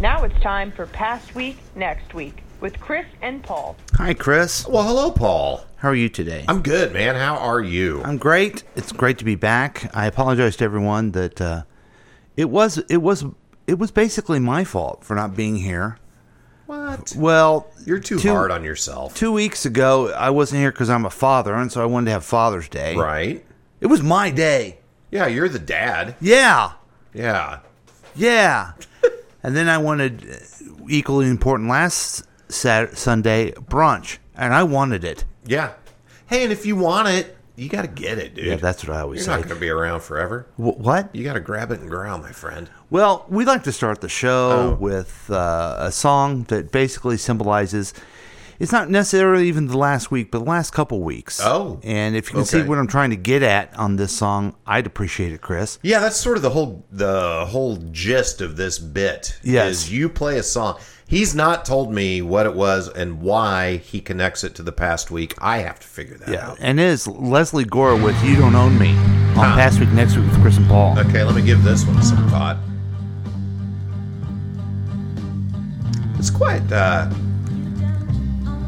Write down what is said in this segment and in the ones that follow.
Now it's time for Past Week, Next Week with Chris and Paul. Hi, Chris. Well, hello, Paul. How are you today? I'm good, man. How are you? I'm great. It's great to be back. I apologize to everyone that uh, it was it was it was basically my fault for not being here. what? Well, You're too two- hard on yourself. Two weeks ago, I wasn't here because I'm a father, and so I wanted to have Father's Day. right? It was my day. Yeah, you're the dad. Yeah, Yeah. yeah. and then I wanted uh, equally important last Saturday, Sunday brunch, and I wanted it. Yeah. Hey, and if you want it, you got to get it, dude. Yeah, that's what I always You're say. not going to be around forever. Wh- what? You got to grab it and growl, my friend. Well, we like to start the show Oh. with uh, a song that basically symbolizes. It's not necessarily even the last week, but the last couple weeks. Oh. and if you can see Okay. what I'm trying to get at on this song, I'd appreciate it, Chris. Yeah, that's sort of the whole the whole gist of this bit. Yes. Is you play a song. He's not told me what it was and why he connects it to the past week. I have to figure that out. and it is Leslie Gore with "You Don't Own Me" on past week, next week with Chris and Paul. Okay, let me give this one some thought. It's quite uh,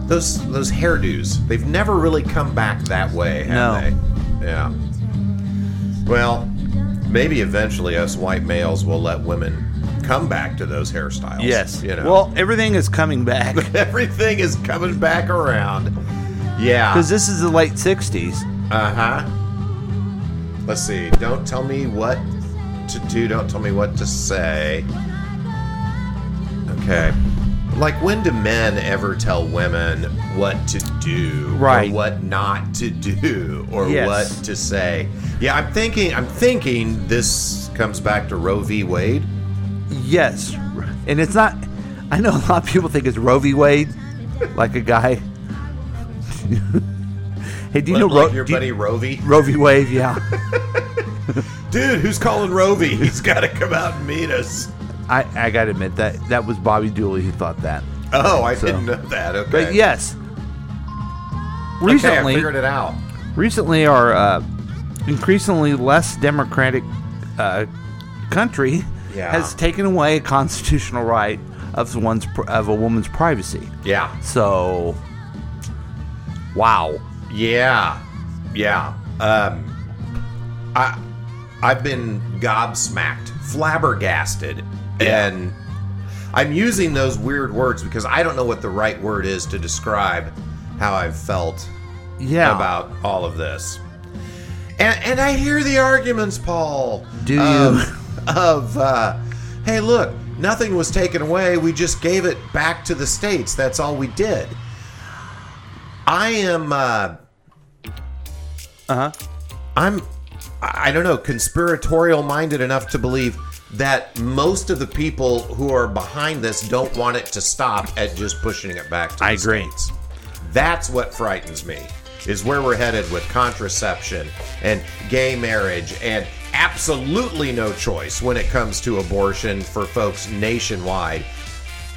those those hairdos. They've never really come back that way, have they? Yeah. Well, maybe eventually us white males will let women come back to those hairstyles. Yes. You know. Well, everything is coming back everything is coming back around. Yeah. because this is the late '60s. Uh huh. Let's see. Don't tell me what to do. Don't tell me what to say. Okay. Like, when do men ever tell women what to do, Right. Or what not to do, or Yes. what to say? Yeah, I'm thinking. I'm thinking this comes back to Roe v. Wade. Yes, and it's not. I know a lot of people think it's Roe v. Wade, like a guy. hey, do you know like Ro- your do you- buddy Roe v. Roe v. Wade? Yeah, Dude, who's calling Roe v? He's got to come out and meet us. I I gotta admit that that was Bobby Dooley who thought that. Oh, I So- didn't know that. Okay, But yes, okay, I recently, figured it out. recently our uh, increasingly less democratic uh, country Yeah. has taken away a constitutional right of one's pr- of a woman's privacy. Yeah. So, wow. Yeah, yeah. Um, I I've been gobsmacked, flabbergasted, and I'm using those weird words because I don't know what the right word is to describe how I've felt Yeah. about all of this. And, and I hear the arguments, Paul. Do you? Of, of uh, hey, look, nothing was taken away. We just gave it back to the states. That's all we did. I am. Uh, Uh-huh. I'm, I I don't know, conspiratorial minded enough to believe that most of the people who are behind this don't want it to stop at just pushing it back to the I agree. States. That's what frightens me, is where we're headed with contraception and gay marriage and absolutely no choice when it comes to abortion for folks nationwide.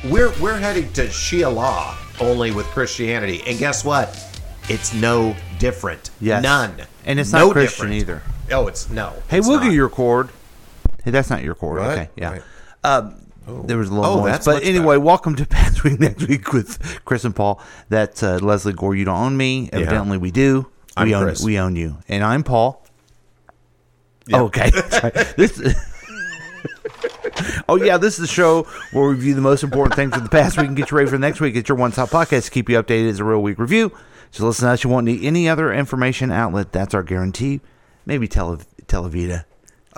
We're we're heading to Shia law only with Christianity, and guess what? It's no different. Yes. None. And it's not No Christian different. either. Oh, it's no. Hey, it's Woogie, not. your chord. Hey, that's not your chord. What? Okay, yeah. Right. Um, There was a little Oh, noise, that's but much anyway, welcome to Past Week Next Week with Chris and Paul. That's uh, Leslie Gore. You don't own me. Evidently, we do. I'm we own Chris. we own you, and I'm Paul. Oh, Okay. That's right. This. Oh yeah, this is the show where we review the most important things of the past week and get you ready for the next week. It's your one-stop podcast to keep you updated as a real week review. So listen to us. You won't need any other information outlet. That's our guarantee. Maybe Tele Televita.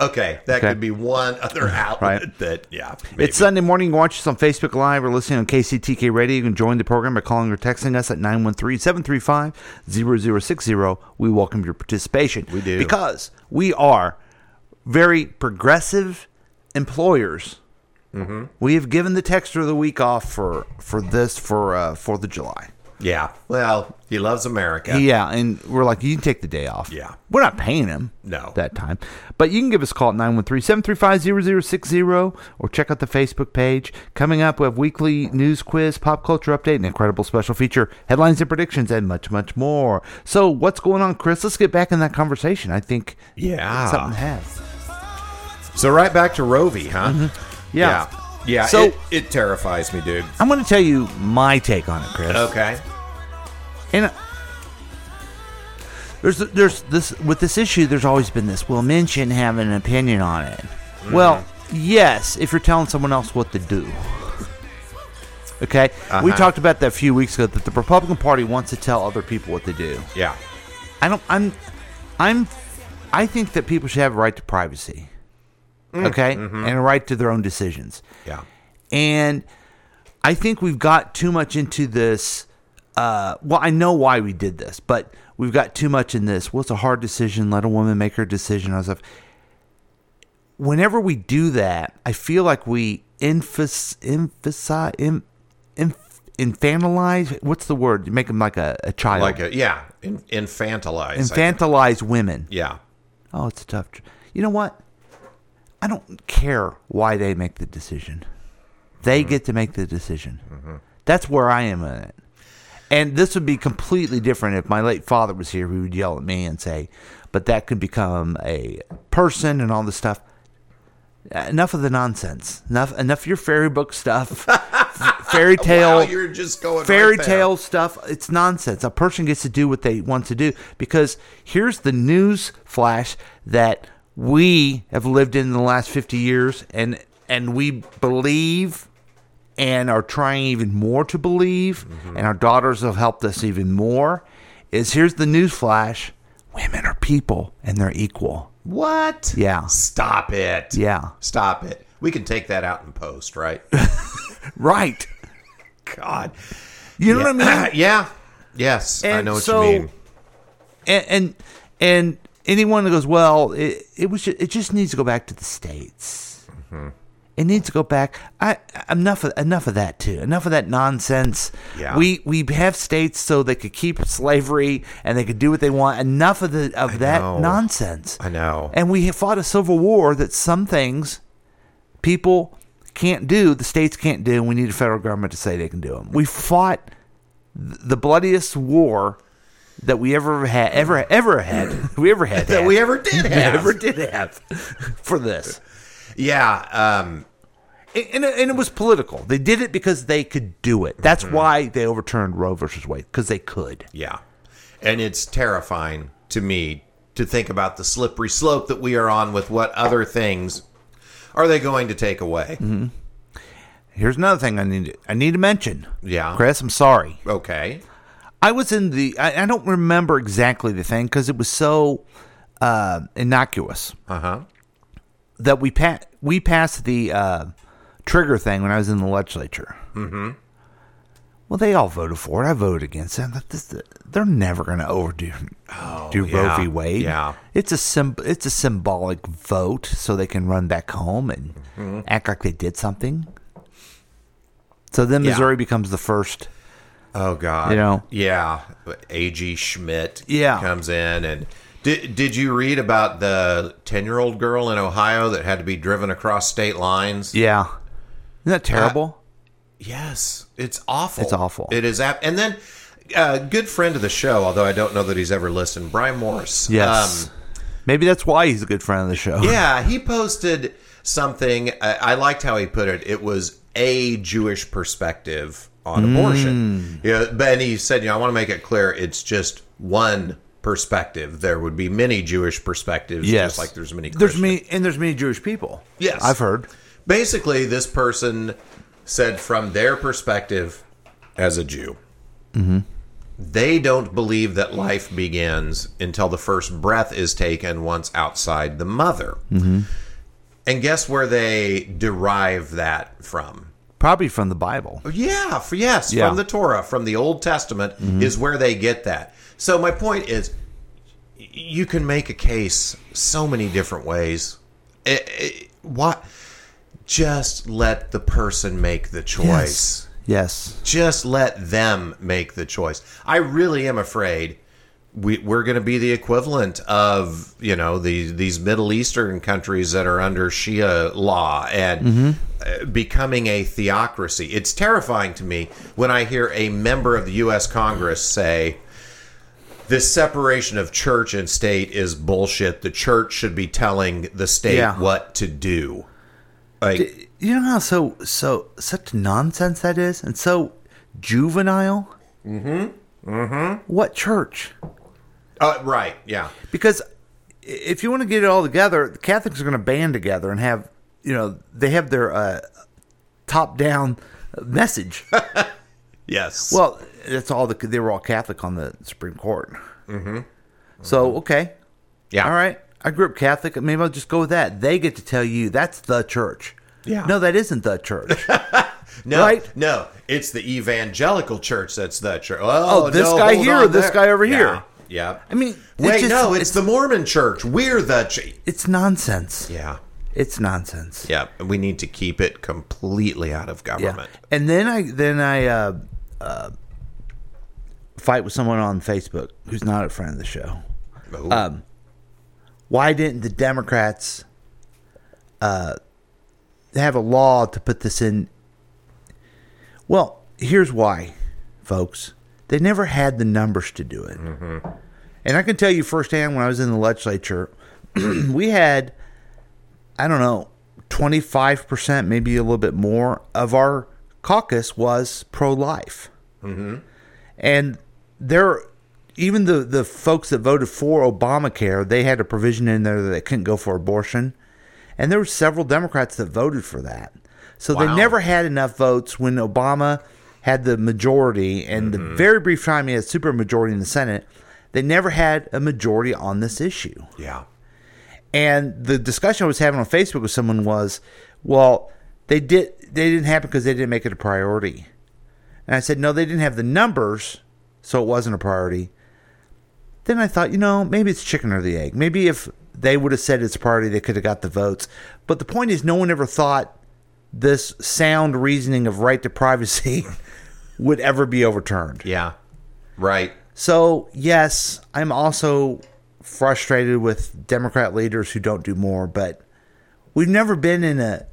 Okay, that Okay. could be one other outlet Right. that yeah. It's uh, Sunday morning. You can watch us on Facebook Live or listening on KCTK Radio. You can join the program by calling or texting us at 913-735-0060. We welcome your participation. We do. Because we are very progressive employers. We have given the texture of the week off for for this for uh, Fourth of July. yeah. Well, he loves America. Yeah, and we're like, you can take the day off. Yeah. We're not paying him. No. That time. But you can give us a call at 913-735-0060 or check out the Facebook page. Coming up, we have weekly news quiz, pop culture update, an incredible special feature, headlines and predictions, and much, much more. So what's going on, Chris? Let's get back in that conversation. I think Yeah. something has. So right back to Roe v. Huh? Mm-hmm. Yeah. Yeah, So- it, it terrifies me, dude. I'm going to tell you my take on it, Chris. Okay. And uh, there's there's this with this issue. There's always been this. Well, men shouldn't have an opinion on it. Well, yes, if you're telling someone else what to do. Okay, we Uh-huh. talked about that a few weeks ago. That the Republican Party wants to tell other people what to do. Yeah. I don't. I'm. I'm. I think that people should have a right to privacy. Okay, and a right to their own decisions. Yeah. And I think we've got too much into this. Uh, well, I know why we did this, but we've got too much in this. Well, it's a hard decision. Let a woman make her decision on stuff. Whenever we do that, I feel like we emphasize, emphasize, em, em, infantilize. What's the word? You make them like a, a child. Like a yeah, in, infantilize. I think. infantilize women. Yeah. Oh, it's a tough. Tr- you know what? I don't care why they make the decision. They Mm-hmm. get to make the decision. That's where I am in it. And this would be completely different if my late father was here. He would yell at me and say, "But that could become a person and all this stuff." Uh, Enough of the nonsense. Enough. Enough of your fairy book stuff, f- fairy tale Wow, you're just going fairy right there. tale stuff. It's nonsense. A person gets to do what they want to do because here's the news flash that we have lived in the last 50 years and and we believe and are trying even more to believe and our daughters have helped us even more is here's the news flash women are people and they're equal What? Yeah. Stop it. Yeah. Stop it. We can take that out in post, right? right God. you know yeah. what i mean yeah. Yes. I And know what so- you mean. and and, and anyone that goes, well, it, it was just, it just needs to go back to the states. Mm-hmm. It needs to go back. I enough of, enough of that too. Enough of that nonsense. Yeah. We we have states so they could keep slavery and they could do what they want. Enough of the of that know. nonsense. I know. And we have fought a civil war that some things people can't do, the states can't do, and we need a federal government to say they can do them. We fought th- the bloodiest war that we ever had, ever, ever had, we ever had, That had. we ever did have. ever did have for this. Yeah. Um, And, and it- and it was political. They did it because they could do it. That's Mm-hmm. why they overturned Roe versus Wade because they could. yeah. And it's terrifying to me to think about the slippery slope that we are on with what other things are they going to take away? Mm-hmm. Here's another thing I need. I need to mention. Yeah. Chris, I'm sorry. Okay. I was in the. I, I don't remember exactly the thing because it was so uh, innocuous Uh huh. that we pa- we passed the uh, trigger thing when I was in the legislature. Mm-hmm. Well, they all voted for it. I voted against it. I thought this- uh, They're never going to overdo do Oh, yeah, Roe v. Wade. yeah. it's a symb- it's a symbolic vote so they can run back home and Mm-hmm. act like they did something. So then Yeah. Missouri becomes the first. Oh God! You know? yeah. A.G. Schmidt, Yeah. comes in and did did you read about the ten year old girl in Ohio that had to be driven across state lines? Yeah, isn't that terrible? Yes, it's awful. It's awful. It is. Ap- and then a good friend of the show, although I don't know that he's ever listened, Brian Morris. Yes. Um, Maybe that's why he's a good friend of the show. yeah, he posted something. I, I liked how he put it. It was a Jewish perspective on Mm. abortion. Yeah, but and he said, you know, I want to make it clear, it's just one perspective. There would be many Jewish perspectives, Yes. just like there's many. There's Christian- many and there's many Jewish people. Yes. I've heard. Basically, this person said from their perspective as a Jew, they don't believe that life begins until the first breath is taken once outside the mother. And guess where they derive that from? Probably from the Bible. Yeah, for, yes, Yeah. Mm-hmm. from the Torah, from the Old Testament is where they get that. So my point is, y- you can make a case so many different ways. It, it, what? Just let the person make the choice Yes. just let them make the choice. I really am afraid we, we're going to be the equivalent of you know the, these Middle Eastern countries that are under Shia law and Mm-hmm. uh, becoming a theocracy. It's terrifying to me when I hear a member of the U.S. Congress say. This separation of church and state is bullshit. The church should be telling the state Yeah. what to do. Like, you know how so so such nonsense that is, and so juvenile. Mm-hmm. Mm-hmm. What church? Uh, right. Yeah. Because i- if you want to get it all together, the Catholics are going to band together and have you know they have their uh, top down message. Yes. well, that's all the they were all Catholic on the Supreme Court. Mm-hmm. So okay, yeah. all right. I grew up Catholic. Maybe I'll just go with that. They get to tell you that's the church. Yeah. No, that isn't the church. No, right? no, it's the evangelical church that's the church. Oh, Oh, this no, guy hold here on or this there. guy over Yeah, here. Yeah. I mean, it's wait, just- no, it's, the Mormon church. We're the ch- It's nonsense. yeah, It's nonsense. yeah. and We need to keep it completely out of government. And then I then I uh, uh, fight with someone on Facebook who's not a friend of the show. Ooh. Um, Why didn't the Democrats uh, have a law to put this in? Well, here's why, folks. They never had the numbers to do it. And I can tell you firsthand when I was in the legislature, we had, I don't know, 25%, maybe a little bit more of our caucus was pro life. And there, even the, the folks that voted for Obamacare, they had a provision in there that they couldn't go for abortion. And there were several Democrats that voted for that. So they Wow. never had enough votes when Obama had the majority, and the very brief time he had supermajority in the Senate, they never had a majority on this issue. yeah, And the discussion I was having on Facebook with someone was, well, they did they didn't happen because they didn't make it a priority. And I said, no, they didn't have the numbers, so it wasn't a priority. Then I thought, you know, maybe it's chicken or the egg. Maybe if they would have said it's a priority, they could have got the votes. But the point is, no one ever thought this sound reasoning of right to privacy would ever be overturned. yeah, right. So, yes, I'm also frustrated with Democrat leaders who don't do more, but we've never been in a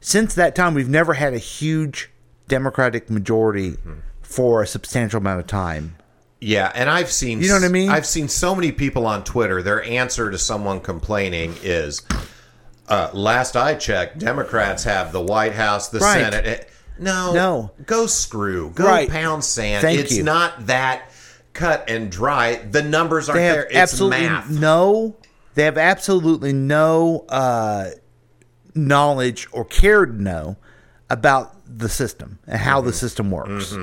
since that time we've never had a huge Democratic majority Mm-hmm. for a substantial amount of time. Yeah, and I've seen You know what I mean? I've seen so many people on Twitter. Their answer to someone complaining is, uh, "Last I checked, Democrats have the White House, the Right. Senate." Eh, No, No. go screw, go Right. pound sand. Thank it's you. not that cut and dry. The numbers aren't They have there. It's absolutely math. no they have absolutely no uh, knowledge or care to know about the system and how Mm-hmm. the system works.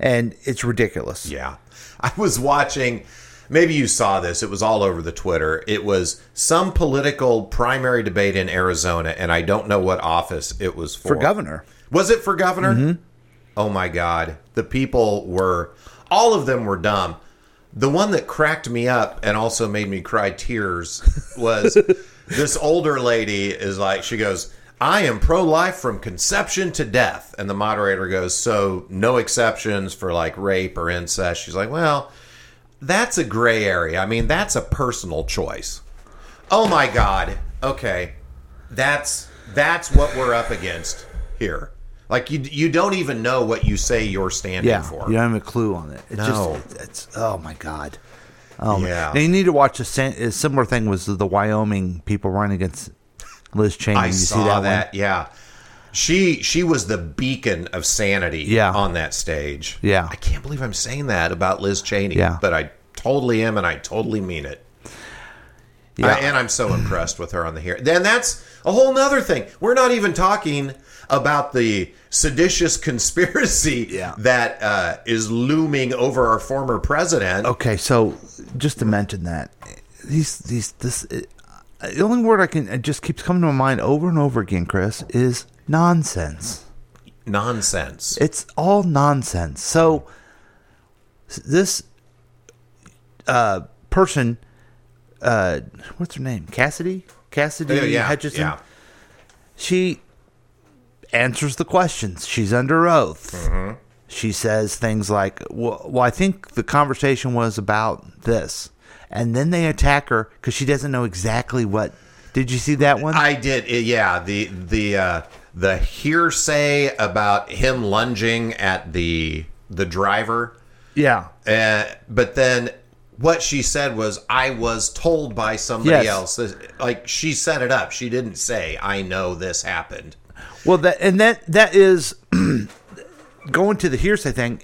And it's ridiculous. Yeah. I was watching, maybe you saw this, it was all over the Twitter. It was some political primary debate in Arizona, and I don't know what office it was for. For governor. Was it for governor? Oh my God. The people were, all of them were dumb. The one that cracked me up and also made me cry tears was this older lady is like, she goes, I am pro life from conception to death. And the moderator goes, So no exceptions for like rape or incest. She's like, Well, that's a gray area. I mean, that's a personal choice. Oh my god. Okay. That's that's what we're up against here. Like you you don't even know what you say you're standing Yeah, for. you don't have a clue on it. It's No. just it's, it's oh my god. Oh my- Yeah. Now you need to watch a, sen- a similar thing was the Wyoming people running against Liz Cheney. I you saw see that, that, one? yeah. She she was the beacon of sanity Yeah. on that stage. Yeah. I can't believe I'm saying that about Liz Cheney. Yeah. But I totally am and I totally mean it. Yeah. I- and I'm so impressed with her on the here. Then that's a whole nother thing. We're not even talking about the seditious conspiracy Yeah. that uh, is looming over our former president. Okay, so just to mention that these these this it, the only word I can it just keeps coming to my mind over and over again, Chris, is nonsense. Nonsense. It's all nonsense. So s- this uh, person, uh, what's her name? Cassidy. Cassidy Oh, Yeah, yeah, Hutchinson. yeah. she answers the questions. She's under oath. She says things like, well, well, I think the conversation was about this. And then they attack her because she doesn't know exactly what. Did you see that one? I did. eh, Yeah, the the uh, the hearsay about him lunging at the the driver. yeah. Uh, but then what she said was, "I was told by somebody Yes. else." This- Like she set it up. She didn't say, "I know this happened." Well, that and that that is going to the hearsay thing.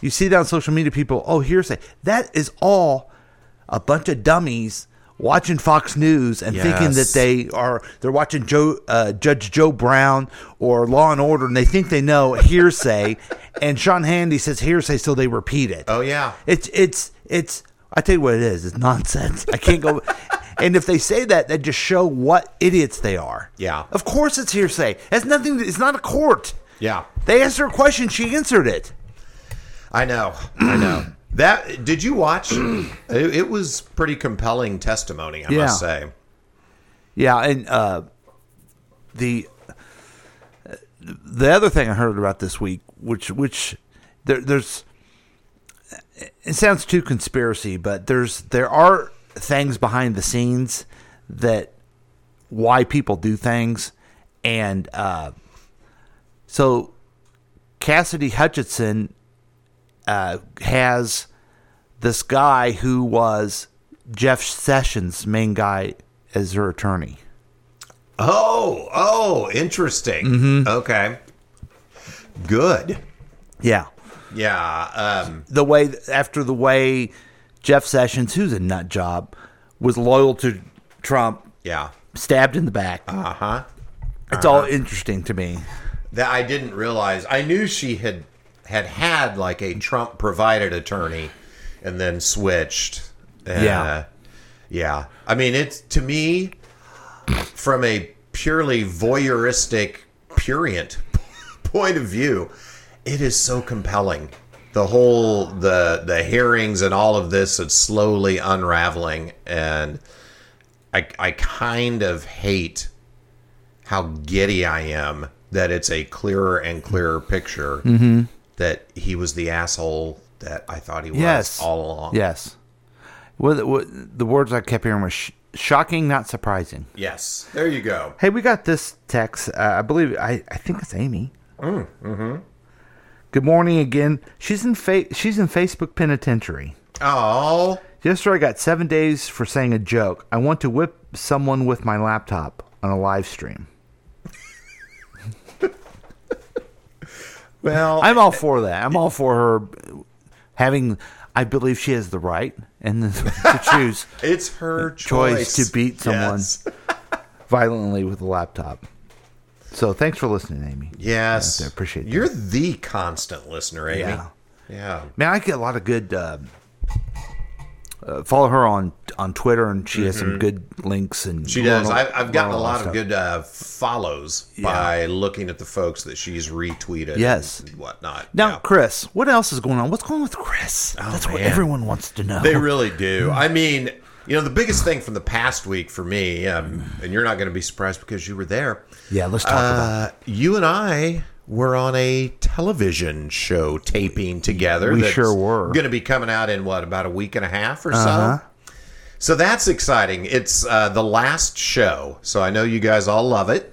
You see that on social media, people. Oh, hearsay. That is all a bunch of dummies watching Fox News and thinking that Yes. they are they're watching Joe uh, Judge Joe Brown or Law and Order, and they think they know hearsay. and Sean Handy says hearsay, so they repeat it. Oh, yeah. It's it's it's. I tell you what it is. It's nonsense. I can't go. and if they say that, that just show what idiots they are. Yeah. Of course, it's hearsay. That's nothing. It's not a court. Yeah. They asked her a question. She answered it. I know. I know. That did you watch? it, it was pretty compelling testimony, I Yeah. must say. Yeah, and uh, the the other thing I heard about this week, which which there, there's it sounds too conspiracy, but there's there are things behind the scenes that why people do things, and uh, so Cassidy Hutchinson uh, has this guy who was Jeff Sessions' main guy as her attorney. Oh, oh, interesting. Okay. Good. Yeah. Yeah. Um, The way after the way Jeff Sessions, who's a nut job, was loyal to Trump, yeah. stabbed in the back. Uh Uh-huh. huh. it's all interesting to me. That I didn't realize. I knew she had had had like a Trump provided attorney, and then switched. And, Yeah. uh, yeah. I mean, it's to me from a purely voyeuristic, purient point of view, it is so compelling. The whole the the hearings and all of this is slowly unraveling, and I I kind of hate how giddy I am that it's a clearer and clearer picture Mm-hmm. that he was the asshole that I thought he was Yes. all along. Yes. Well, the, what, the words I kept hearing were sh- shocking, not surprising. Yes. There you go. Hey, we got this text. Uh, I believe I, I think it's Amy. Mm, mm-hmm. Good morning again. She's in fa- she's in Facebook penitentiary. Oh. Yesterday, I got seven days for saying a joke. I want to whip someone with my laptop on a live stream. Well, I'm all for that. I'm all for her having. I believe she has the right and the, to choose It's her choice, Choice to beat someone. Yes. violently with a laptop. So thanks for listening, Amy. Yes. I appreciate that. You're the constant listener, Amy. Yeah. Yeah. Man, I get a lot of good. Uh, uh, follow her on on Twitter, and she has some good links. And She does. learn I, I've gotten a learn lot stuff. of good uh, follows by looking at the folks that she's retweeted. Yes. And whatnot. Now, Yeah. Chris, what else is going on? What's going on with Chris? That's what man. everyone wants to know. They really do. I mean, you know, the biggest thing from the past week for me, um, and you're not going to be surprised because you were there. yeah, let's talk about. Uh, you and I were on a television show taping together. We sure were. Uh-huh. Going to be coming out in what about a week and a half or so. So that's exciting. It's uh, the last show, so I know you guys all love it,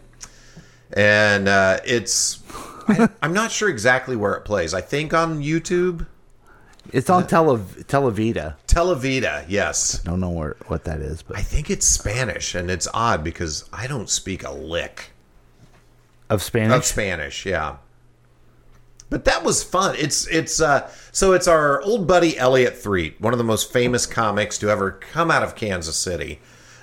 and uh, it's. I, I'm not sure exactly where it plays. I think on YouTube, it. It's on Tele Televita. Televida. Yes, Don't know where, what that is, but I think it's Spanish, and it's odd because I don't speak a lick of Spanish. of Spanish. Yeah, but that was fun. It's it's uh, so it's our old buddy Elliot Threet, one of the most famous comics to ever come out of Kansas City,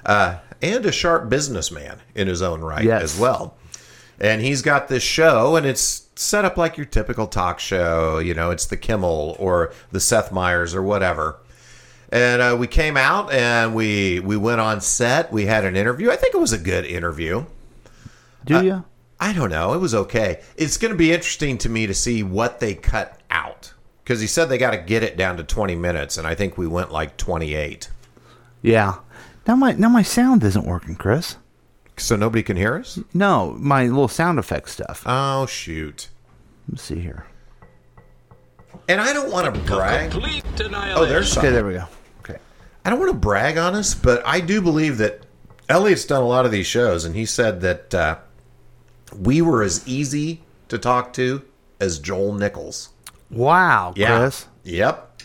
uh, and a sharp businessman in his own right Yes. as well. And he's got this show, and it's set up like your typical talk show. You know, it's the Kimmel or the Seth Meyers or whatever. And uh, we came out and we we went on set. We had an interview. I think it was a good interview. Do uh, you? I don't know. It was okay. It's going to be interesting to me to see what they cut out because he said they got to get it down to 20 minutes, and I think we went like 28. Yeah. Now my now my sound isn't working, Chris. So nobody can hear us? No, my little sound effect stuff. Oh, shoot. Let's see here. And I don't want to brag. Complete Oh, annihilation. there's Okay, something. there we go. Okay. I don't want to brag on us, but I do believe that Elliot's done a lot of these shows, and he said that uh, we were as easy to talk to as Joel Nichols. Wow, Yeah. Chris. Yep.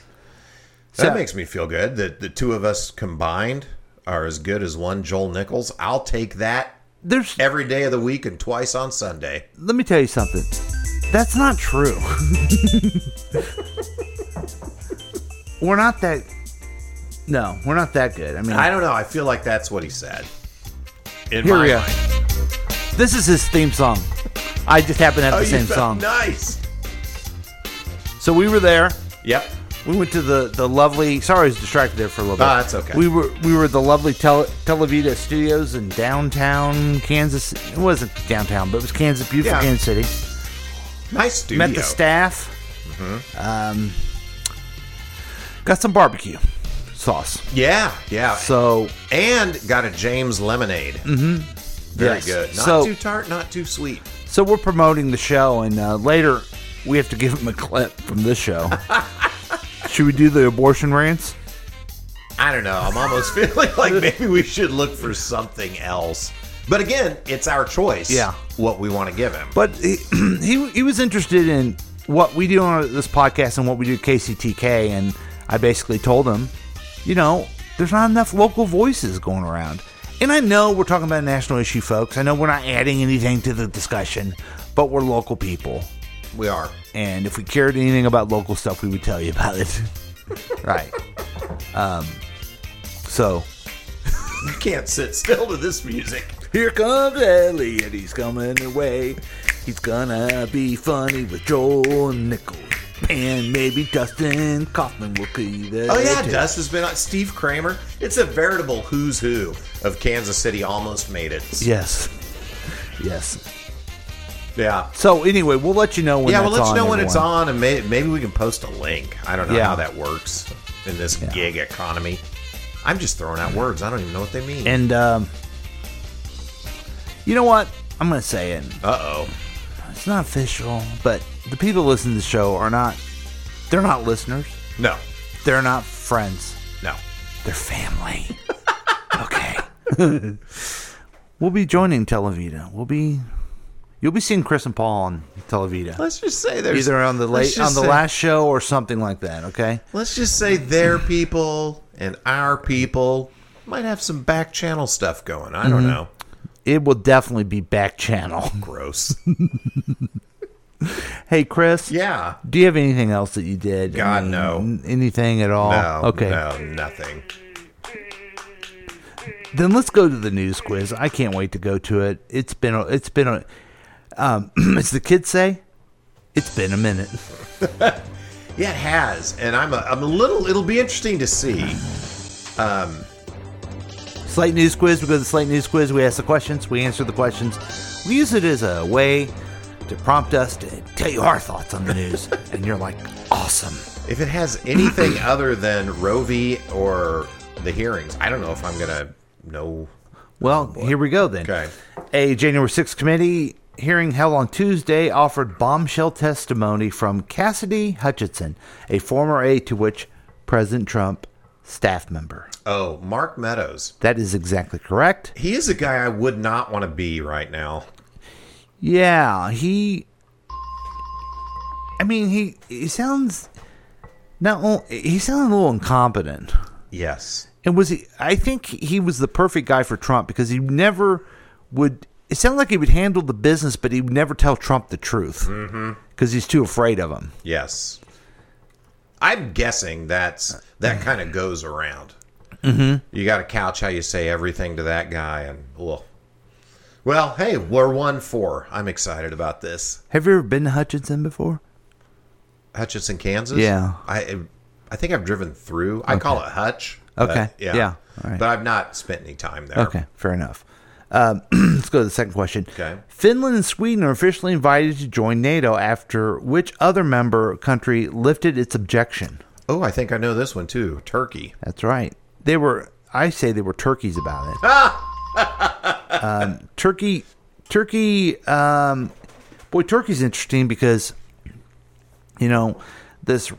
That So- makes me feel good that the two of us combined are as good as one Joel Nichols. I'll take that there's every day of the week and twice on Sunday. let me tell you something. That's not true. we're not that. No, we're not that good. I mean, I don't know. I feel like that's what he said. In Here my we go. mind. this is his theme song. I just happen to have Oh, the you same felt song. Nice. So we were there. Yep. We went to the the lovely. Sorry, I was distracted there for a little bit. Ah, that's okay. We were we were at the lovely Tel, Televita Studios in downtown Kansas. It wasn't downtown, but it was Kansas, beautiful Yeah. Kansas City. Nice studio. Mm-hmm. Met the staff. Um, got some barbecue sauce. Yeah. Yeah. So and got a James lemonade. Mm-hmm. Very Yes. good. Not So- too tart, not too sweet. so we're promoting the show, and uh, later we have to give him a clip from this show. Should we do the abortion rants? I don't know. I'm almost feeling like maybe we should look for something else. But again, it's our choice. Yeah. What we want to give him. But he, he he was interested in what we do on this podcast and what we do at KCTK, and I basically told him, you know, there's not enough local voices going around. And I know we're talking about a national issue, folks. I know we're not adding anything to the discussion, but we're local people, we are. and if we cared anything about local stuff, we would tell you about it. right. Um. So You can't sit still to this music. Here comes Ellie, and he's coming away. He's gonna be funny with Joel Nichols. And maybe Dustin Kaufman will be there. Oh yeah, too. Dust has been on. Steve Kramer. It's a veritable who's who of Kansas City. Almost made it. Yes. Yes. Yeah. So anyway, we'll let you know when Yeah, well, that's let's on, know when it's everyone. on, and may, maybe we can post a link. I don't know Yeah. how that works in this gig economy. I'm just throwing out words. I don't even know what they mean. And, um, you know what? I'm gonna say it. Uh oh. It's not official, but the people that listen to the show are not, they're not listeners. No, They're not friends. no. They're family. okay. we'll be joining Televita. We'll be you'll be seeing Chris and Paul on Televita. Let's just say there's Either on the let's late on just the say- last show or something like that, okay? Let's just say their people and our people might have some back channel stuff going. I don't know. It will definitely be back channel. Gross. hey Chris. yeah. Do you have anything else that you did? God, Any- no. Anything at all? No. Oh, okay. No. Nothing. Then let's go to the news quiz. I can't wait to go to it. It's been a, it's been a um, as the kids say, it's been a minute. Yeah, it has, and I'm a, I'm a little. It'll be interesting to see. Slight news quiz. We go to the slight news quiz. We ask the questions. We answer the questions. We use it as a way to prompt us to tell you our thoughts on the news. and you're like, awesome. If it has anything other than Roe v. or the hearings, I don't know if I'm gonna know. Well, here we go then. Okay. A January 6th committee hearing held on Tuesday offered bombshell testimony from Cassidy Hutchinson, a former aide to which President Trump staff member. Oh, Mark Meadows. That is exactly correct. He is a guy I would not want to be right now. Yeah, he. I mean, he he sounds not on- he sounded a little incompetent. Yes. And was he? I think he was the perfect guy for Trump because he never would. It sounded like he would handle the business, but he would never tell Trump the truth because he's too afraid of him. Yes. I'm guessing that's that kind of goes around. Mm-hmm. You got to couch how you say everything to that guy, and well, well, hey, we're one four. I'm excited about this. Have you ever been to Hutchinson before? Hutchinson, Kansas. Yeah. I I think I've driven through. I call it Hutch. but Okay. yeah. Yeah. All right. But I've not spent any time there. Okay, fair enough. Um, let's go to the second question. Okay. Finland and Sweden are officially invited to join NATO after which other member country lifted its objection? Oh, I think I know this one too. Turkey. That's right. They were. I say they were turkeys about it. um, turkey, turkey. Um, boy, turkey's interesting because you know this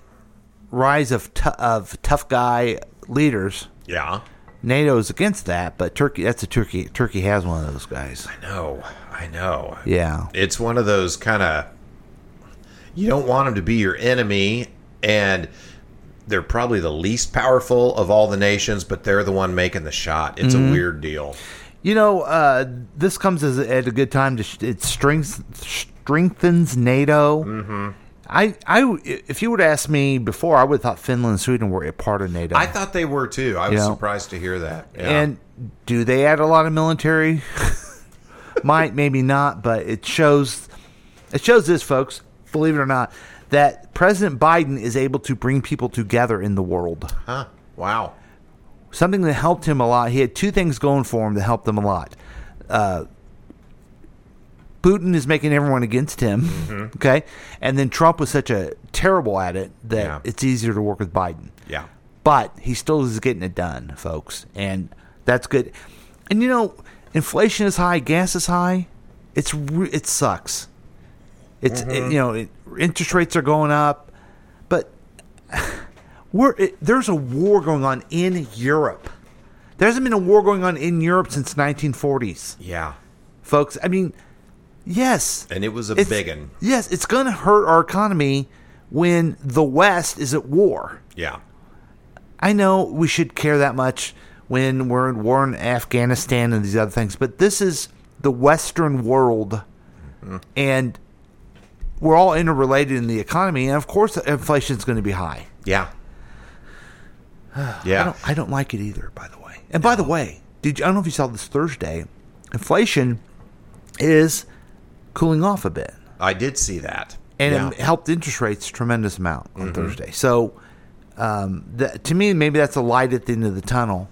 rise of t- of tough guy leaders. Yeah. NATO's against that, but Turkey. That's a Turkey. Turkey has one of those guys. No, I know. Yeah. It's one of those kind of you don't want them to be your enemy and they're Mm-hmm. probably the least powerful of all the nations, but they're the one making the shot. It's a weird deal. You know, uh, this comes as, at a good time. To sh- it strengths, strengthens NATO. Mm-hmm. I, I, if you would ask me before, I would have thought Finland and Sweden were a part of NATO. I thought they were too. I was Yeah. surprised to hear that. Yeah. And do they add a lot of military? Might, maybe not, but it shows. It shows this, folks. Believe it or not, that President Biden is able to bring people together in the world. huh. Wow. Something that helped him a lot. He had two things going for him that helped him a lot. Uh, Putin is making everyone against him. Okay, and then Trump was such a terrible at it that Yeah. it's easier to work with Biden Yeah. but he still is getting it done, folks, and that's good. And you know, inflation is high, gas is high. It's re- it sucks. It's Mm-hmm. it, you know, it, interest rates are going up, but we're it, there's a war going on in Europe. There hasn't been a war going on in Europe since 1940s, Yeah. folks. I mean, yes, And it was a it's, big one. Yes, it's going to hurt our economy when the West is at war. Yeah. I know we should care that much when we're in war in Afghanistan and these other things, but this is the Western world, Mm-hmm. and we're all interrelated in the economy, and of course, inflation's going to be high. Yeah. I Yeah. don't, I don't like it either, by the way. And by the way, did you, I don't know if you saw this Thursday, inflation is cooling off a bit, I, did see that. and yeah. Mm-hmm. it helped interest rates tremendous amount on Thursday. So, um, that, to me, maybe that's a light at the end of the tunnel.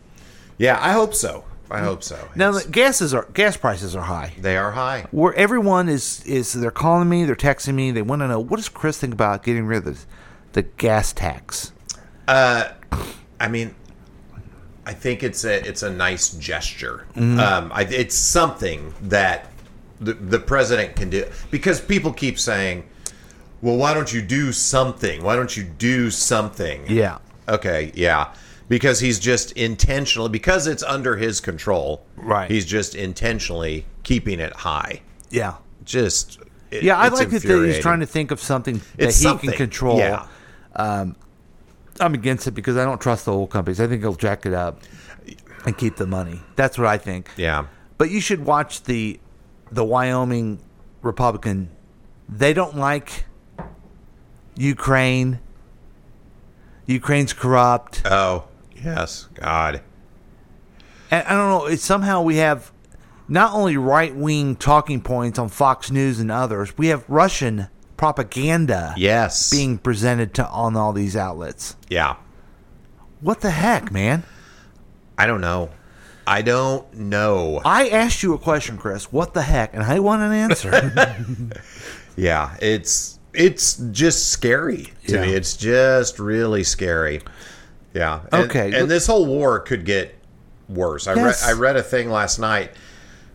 Yeah, I hope so. I hope so. Now It's- the gases are gas prices are high. they are high. Where everyone is is they're calling me, they're texting me, they want to know what does Chris think about getting rid of this, the gas tax. I mean, I think it's a it's a nice gesture. Mm-hmm. Um, I, it's something that the, the president can do because people keep saying, "Well, why don't you do something? Why don't you do something?" Yeah. Okay. Yeah. Because he's just intentionally because it's under his control. Right. He's just intentionally keeping it high. Yeah, Just. it- yeah. I it's like that that he's infuriating. trying to think of something that It's he something, can control. yeah. Um, I'm against it because I don't trust the oil companies. I think he'll jack it up and keep the money. That's what I think. Yeah. But you should watch the the Wyoming Republican. They don't like Ukraine. Ukraine's corrupt. Oh yes, God. And I don't know. It's somehow we have not only right wing talking points on Fox News and others, we have Russian propaganda Yes. being presented to on all these outlets. yeah. What the heck, man? I don't know. I don't know. I asked you a question, Chris. What the heck? And I want an answer. Yeah, it's it's just scary to me. Yeah. It's just really scary. Yeah. And- Okay. And this whole war could get worse. I Yes. read I read a thing last night.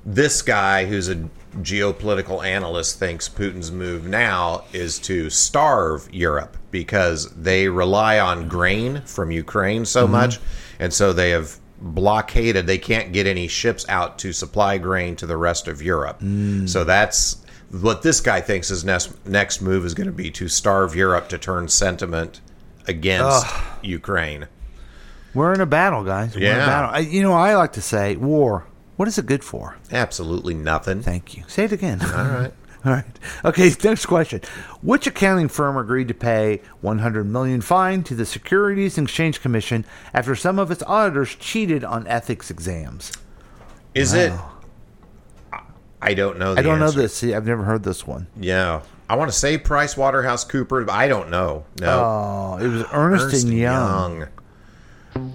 This guy who's a geopolitical analyst thinks Putin's move now is to starve Europe because they rely on grain from Ukraine so much and so they have blockaded they can't get any ships out to supply grain to the rest of Europe. So that's what this guy thinks his next next move is going to be to starve Europe to turn sentiment against Ukraine. We're in a battle, guys. We're in Yeah. a battle. I, you know, I like to say, war. What is it good for? Absolutely nothing. Thank you. Say it again. All right. All right. Okay, next question. Which accounting firm agreed to pay 100 million fine to the Securities and Exchange Commission after some of its auditors cheated on ethics exams? Is it? I- I don't know. The I don't answer. know this. See, I've never heard this one. Yeah, I want to say Price Waterhouse Cooper. But I don't know. No, Oh, it was Ernest, Ernst and Young.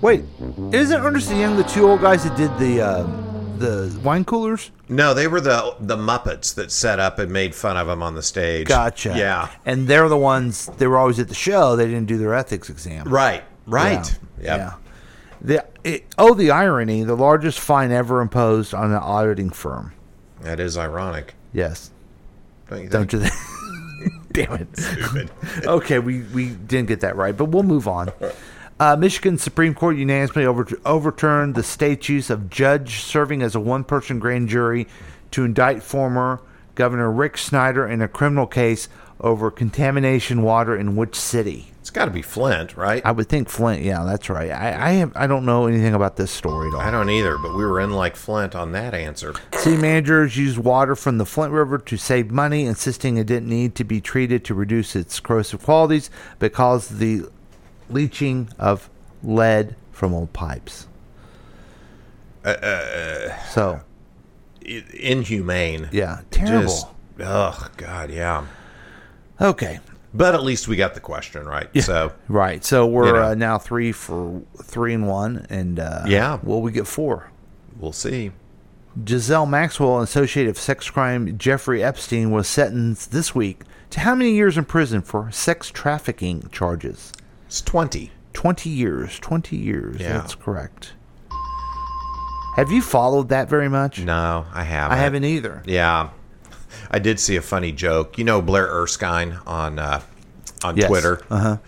Wait, isn't Ernest and Young the two old guys that did the um the wine coolers? No, they were the the Muppets that set up and made fun of him on the stage. Gotcha. Yeah. And they're the ones. They were always at the show. They didn't do their ethics exam. Right. Right. Yeah. Yep. Yeah. The, it, oh, the irony, the largest fine ever imposed on an auditing firm. That is ironic. Yes. Don't you think? Don't you think? Damn it. okay, we, we didn't get that right, but we'll move on. Uh, Michigan Supreme Court unanimously over, overturned the state's use of judge serving as a one person grand jury to indict former Governor Rick Snyder in a criminal case over contamination water in which city? It's got to be Flint, right? I would think Flint. Yeah, that's right. I I, have, I don't know anything about this story at all. I don't either, but we were in like Flint on that answer. City managers used water from the Flint River to save money, insisting it didn't need to be treated to reduce its corrosive qualities because of the leaching of lead from old pipes. Uh, so, I- Inhumane. yeah, terrible. Just, ugh, God, yeah. okay. But at least we got the question right. So Right. So we're know. uh, now 3 for 3 and 1 and uh Yeah. will we get 4? we'll see. Giselle Maxwell, associate of sex crime Jeffrey Epstein, was sentenced this week to how many years in prison for sex trafficking charges? It's 20. 20 years. 20 years. Yeah. That's correct. Have you followed that very much? No, I haven't. I haven't either. Yeah. I did see a funny joke. You know Blair Erskine on uh, on Yes. Twitter. Uh-huh.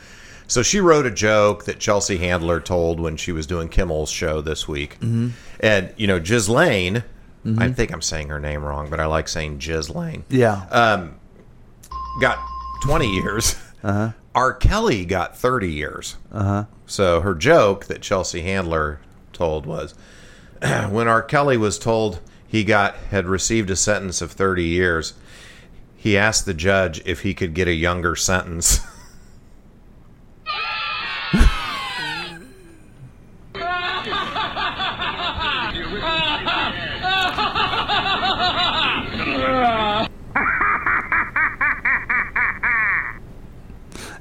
So she wrote a joke that Chelsea Handler told when she was doing Kimmel's show this week. Mm-hmm. And, you know, Ghislaine, Mm-hmm. I think I'm saying her name wrong, but I like saying Ghislaine, Yeah. Uh, got 20 years. Uh-huh. R. Kelly got 30 years. Uh-huh. So her joke that Chelsea Handler told was when R. Kelly was told he got had received a sentence of 30 years, he asked the judge if he could get a younger sentence.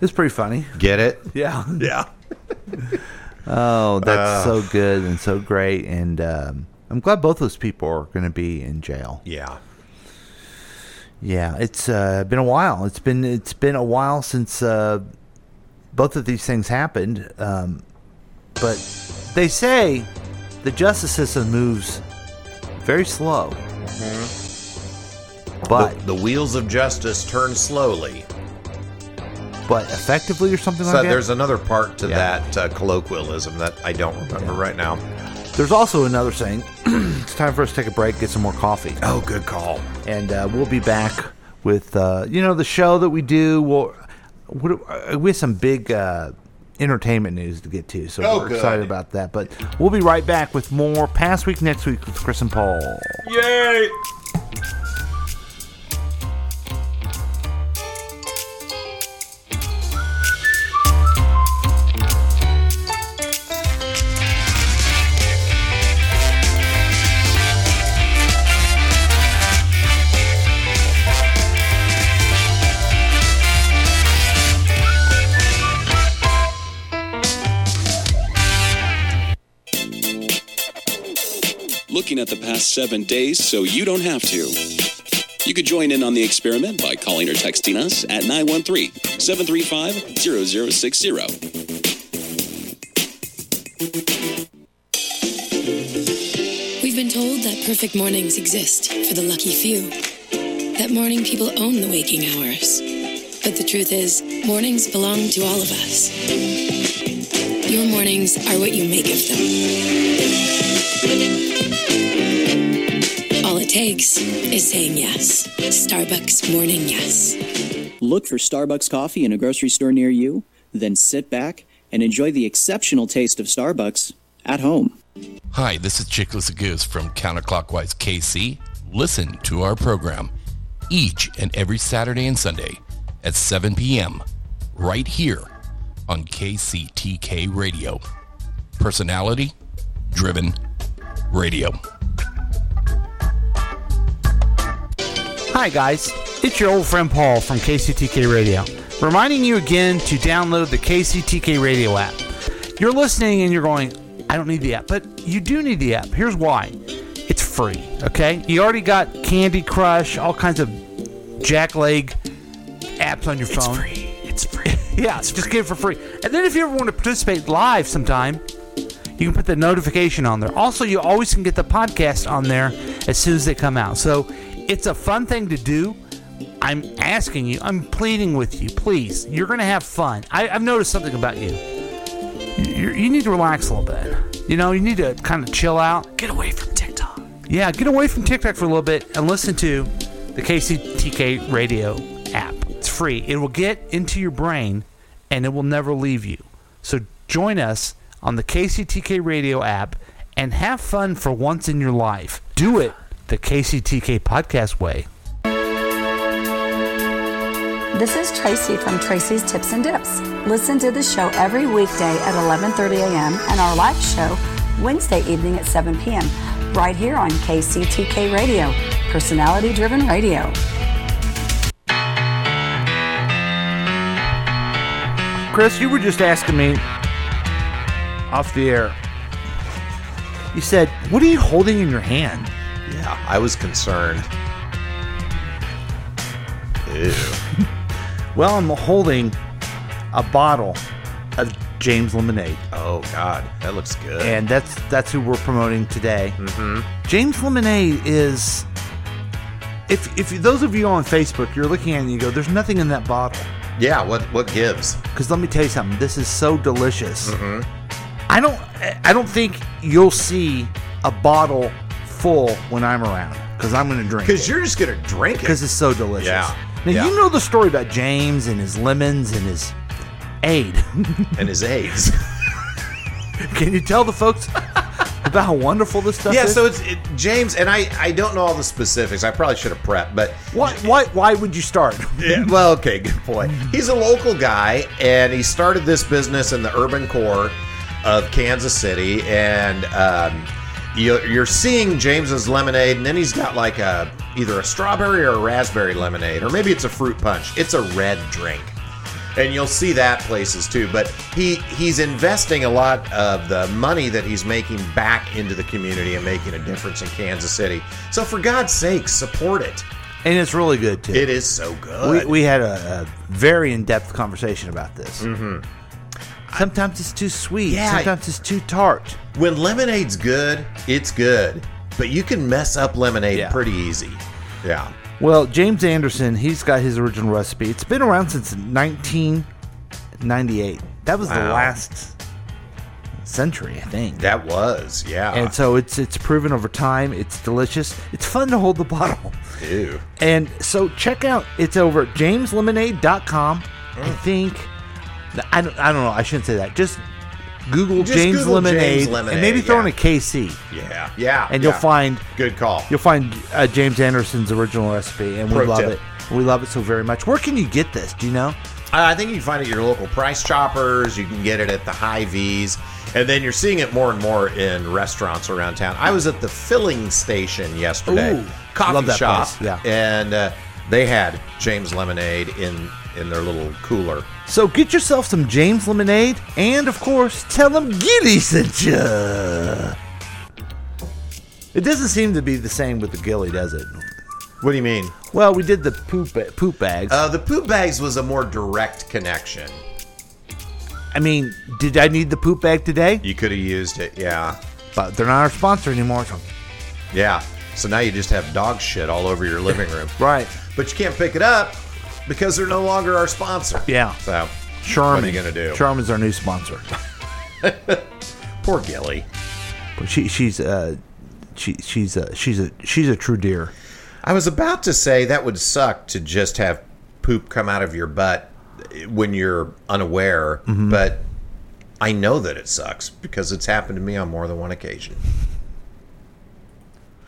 it's pretty funny. Get it? Yeah. Yeah. Oh, that's so good and so great. And um, I'm glad both those people are going to be in jail. Yeah. Yeah, it's uh, been a while. It's been it's been a while since uh, both of these things happened. Um, but they say the justice system moves very slow. The, But the wheels of justice turn slowly. but effectively or something So like that. there's another part to Yeah. that uh, colloquialism that I don't remember right now. There's also another thing. it's time for us to take a break, get some more coffee, Oh, good call. and uh, we'll be back with uh, you know the show that we do. We'll, what, uh, we have some big uh, entertainment news to get to, so Oh, we're good. excited about that. But we'll be right back with more past week next week with Chris and Paul. Yay! looking at the past seven days so you don't have to. You could join in on the experiment by calling or texting us at 913 735 0060. We've been told that perfect mornings exist for the lucky few, that morning people own the waking hours. But the truth is, mornings belong to all of us. Your mornings are what you make of them. All it takes is saying yes. Starbucks Morning Yes. Look for Starbucks coffee in a grocery store near you, then sit back and enjoy the exceptional taste of Starbucks at home. Hi, this is Chickless Goose from Counterclockwise KC. Listen to our program each and every Saturday and Sunday at 7 p.m. right here on KCTK Radio. Personality driven radio. Hi, guys. It's your old friend Paul from KCTK Radio, reminding you again to download the KCTK Radio app. You're listening and you're going, I don't need the app, but you do need the app. Here's why it's free, okay? You already got Candy Crush, all kinds of jackleg apps on your phone. It's free. Yeah, just get it for free. And then if you ever want to participate live sometime, you can put the notification on there. Also, you always can get the podcast on there as soon as they come out. So it's a fun thing to do. I'm asking you, I'm pleading with you, please. You're going to have fun. I, I've noticed something about you. you. You need to relax a little bit. You know, you need to kind of chill out. Get away from TikTok. Yeah, get away from TikTok for a little bit and listen to the KCTK radio app. It's free. It will get into your brain and it will never leave you. So join us on the KCTK radio app and have fun for once in your life. Do it the KCTK podcast way. This is Tracy from Tracy's Tips and Dips. Listen to the show every weekday at 11:30 a.m. and our live show Wednesday evening at 7 p.m. right here on KCTK Radio, personality-driven radio. Chris, you were just asking me off the air. You said, "What are you holding in your hand?" Yeah, I was concerned. Ew. Well, I'm holding a bottle of James lemonade, Oh God, that looks good. and that's that's who we're promoting today. Mm-hmm. James lemonade is. If, if those of you on Facebook, you're looking at it and you go, there's nothing in that bottle. yeah, what what gives? Because let me tell you something, this is so delicious. Mm-hmm. I don't, I don't think you'll see a bottle full when I'm around because I'm going to drink. Because it you're just gonna drink because it. it's so delicious. Yeah, Now yeah. you know the story about James and his lemons and his aid. and his AIDS. Can you tell the folks about how wonderful this stuff yeah, is? so it's it, James and I. I don't know all the specifics. I probably should have prepped, but why, why, why would you start? Yeah, well, okay, good point. He's a local guy, and he started this business in the urban core of Kansas City. And um, you, you're seeing James's lemonade, and then he's got like a either a strawberry or a raspberry lemonade, or maybe it's a fruit punch. It's a red drink, and you'll see that places too. But he he's investing a lot of the money that he's making back into the community and making a difference in Kansas City. So for God's sake, support it. And it's really good too. It is so good. we, we had a, a very in-depth conversation about this. Mm-hmm. Sometimes it's too sweet. Yeah, I- sometimes it's too tart. When lemonade's good, it's good, but you can mess up lemonade Yeah. pretty easy. Yeah. Well, James Anderson, he's got his original recipe. It's been around since 1998. That was the Wow. last century, I think. That was, yeah. and so it's it's proven over time. It's delicious. It's fun to hold the bottle. Ew. And so check out it's over at jameslemonade.com. I Mm. think I don't, I don't know. I shouldn't say that. Just Google, Just James, Google James lemonade, Lemonade, and maybe throw in yeah. a KC, Yeah. Yeah. and yeah. you'll find good call. You'll find uh, James Anderson's original recipe, and we Pro love tip. it. We love it so very much. Where can you get this? Do you know? I I think you can find it at your local price choppers. You can get it at the high V's. And then you're seeing it more and more in restaurants around town. I was at the filling station yesterday, Ooh, coffee love that shop, place, yeah. and uh, they had James Lemonade in in their little cooler. So get yourself some James lemonade, and of course, tell them Gilly sent you. It doesn't seem to be the same with the Gilly, does it? What do you mean? Well, we did the poop ba- poop bags. Uh, the poop bags was a more direct connection. I mean, did I need the poop bag today? You could have used it, yeah. But they're not our sponsor anymore. So. Yeah. So now you just have dog shit all over your living room. Right. But you can't pick it up because they're no longer our sponsor. Yeah. So Charmin. What are you gonna do? Charmin's our new sponsor. poor Gilly. But she she's uh she she's a she's a she's a true deer. I was about to say that would suck to just have poop come out of your butt when you're unaware, Mm-hmm. but I know that it sucks because it's happened to me on more than one occasion.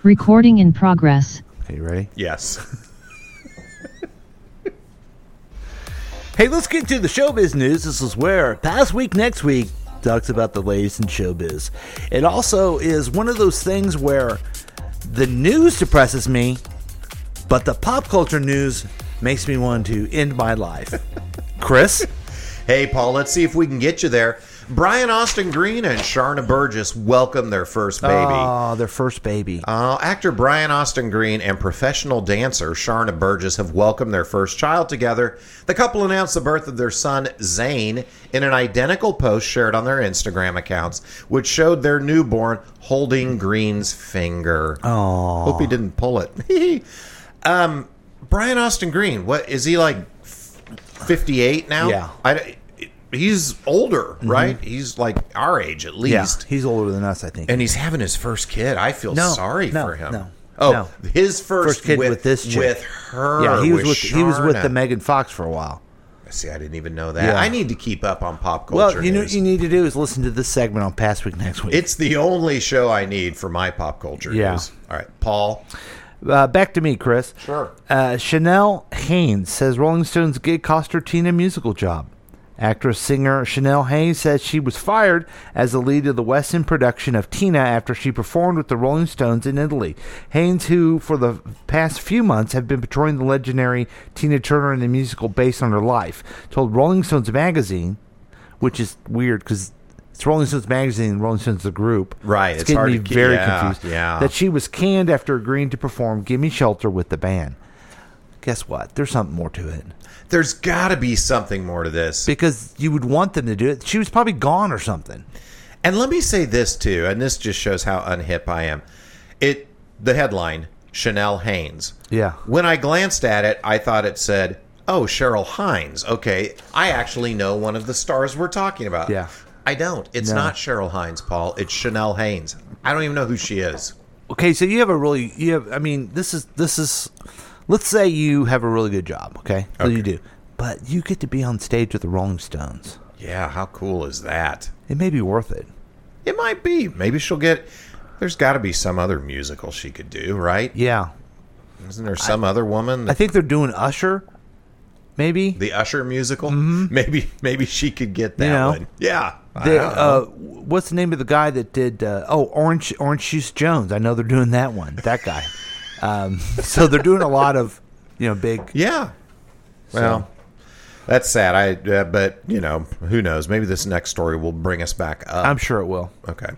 Recording in progress. Okay, you ready? Yes. Hey, let's get to the showbiz news. This is where past week, next week talks about the latest in showbiz. It also is one of those things where the news depresses me, but the pop culture news makes me want to end my life. Chris, Hey, Paul, let's see if we can get you there. Brian Austin Green and Sharna Burgess welcome their first baby. oh, their first baby. Uh, actor Brian Austin Green and professional dancer Sharna Burgess have welcomed their first child together. The couple announced the birth of their son, Zane, in an identical post shared on their Instagram accounts, which showed their newborn holding Green's finger. Oh. Hope he didn't pull it. um, Brian Austin Green, what is he like f- 58 now? Yeah. Mm-hmm. I, he's older, right? He's like our age at yeah, least. he's older than us, I think. And he's having his first kid. I feel sorry no, for him. No, Oh, No. his first, First kid with, this chick. with her. Yeah, he was with he was with the Sharna. Megan Fox for a while. See, I didn't even know that. Yeah. I need to keep up on pop culture. Well, you know news. what you need to do is listen to this segment on past week next week. It's the only show I need for my pop culture Yeah. news. All right, Paul. uh, back to me, Chris. Sure. Uh, Chanel Haynes says Rolling Stones gig cost her Tina musical job. Actress singer Chanel Haynes says she was fired as the lead of the West End production of Tina after she performed with the Rolling Stones in Italy. Haynes, who for the past few months have been portraying the legendary Tina Turner in the musical based on her life, told Rolling Stones magazine, which is weird because it's Rolling Stones magazine, and Rolling Stones the group. Right, it's, it's getting hard me to ke- very yeah, confused. yeah. that she was canned after agreeing to perform "Gimme Shelter" with the band. Guess what? There's something more to it There's got to be something more to this. because you would want them to do it. She was probably gone or something. And let me say this too, and this just shows how unhip I am. It the headline Chanel Haynes. Yeah. When I glanced at it, I thought it said, "Oh, Cheryl Hines." Okay, I actually know one of the stars we're talking about. Yeah. I don't. It's not Cheryl Hines, Paul. It's Chanel Haynes. I don't even know who she is. Okay, so you have a really you have. I mean, this is this is. Let's say you have a really good job. Okay, So you do, but you get to be on stage with the Rolling Stones. Yeah, how cool is that? It may be worth it. It might be. Maybe she'll get. There's got to be some other musical she could do, right? Yeah, Isn't there some other woman? I That, think they're doing Usher. Maybe the Usher musical. Maybe maybe she could get that You know. one. Yeah. I Mm-hmm. The, don't know. uh, what's the name of the guy that did? Uh, oh, Orange Orange Juice Jones. I know they're doing that one. That guy. um, so they're doing a lot of you know big. yeah. Well, that's sad. I uh, but you know who knows? Maybe this next story will bring us back up. I'm sure it will. okay.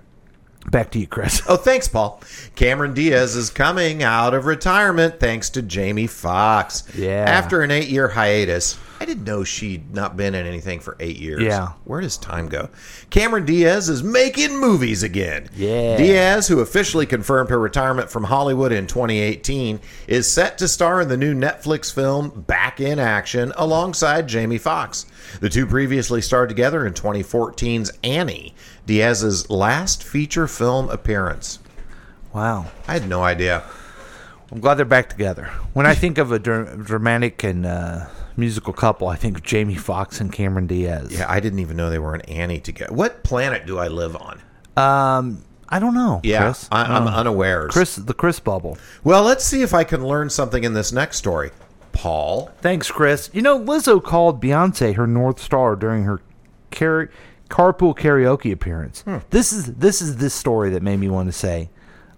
Back to you, Chris. Oh, thanks, Paul. Cameron Diaz is coming out of retirement thanks to Jamie Foxx. Yeah. After an eight year hiatus. I didn't know she'd not been in anything for eight years. Yeah. Where does time go? Cameron Diaz is making movies again. Yeah. Diaz, who officially confirmed her retirement from Hollywood in 2018, is set to star in the new Netflix film Back in Action alongside Jamie Foxx. The two previously starred together in 2014's Annie, Diaz's last feature film appearance. Wow. I had no idea. I'm glad they're back together. When I think of a dra- dramatic and uh, musical couple, I think of Jamie Foxx and Cameron Diaz. Yeah, I didn't even know they were an Annie together. What planet do I live on? Um, I don't know. Yeah, Chris. I, I'm Oh. unaware. Chris, the Chris bubble. Well, let's see if I can learn something in this next story. Paul. Thanks, Chris. You know, Lizzo called Beyonce her North Star during her car- carpool karaoke appearance. Hmm. This is this is this story that made me want to say,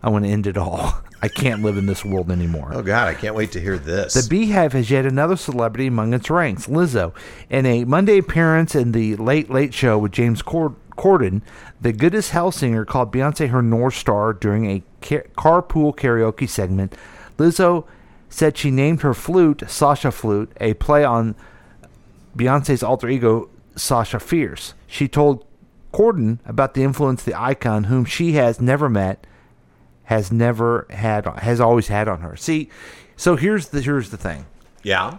I want to end it all. I can't live in this world anymore. Oh God, I can't wait to hear this. The Beehive has yet another celebrity among its ranks, Lizzo. In a Monday appearance in the Late Late Show with James Cord- Corden, the Good as Hell singer called Beyonce her North Star during a ca- carpool karaoke segment. Lizzo said she named her flute Sasha Flute, a play on Beyonce's alter ego, Sasha Fierce. She told Corden about the influence the icon, whom she has never met, has never had, has always had on her. See, so here's the here's the thing. yeah.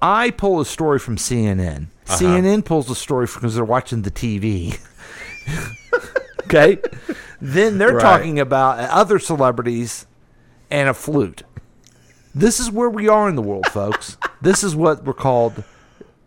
I pull a story from CNN. CNN pulls a story because they're watching the TV. okay, then they're Right. talking about other celebrities and a flute. This is where we are in the world, folks. this is what we're called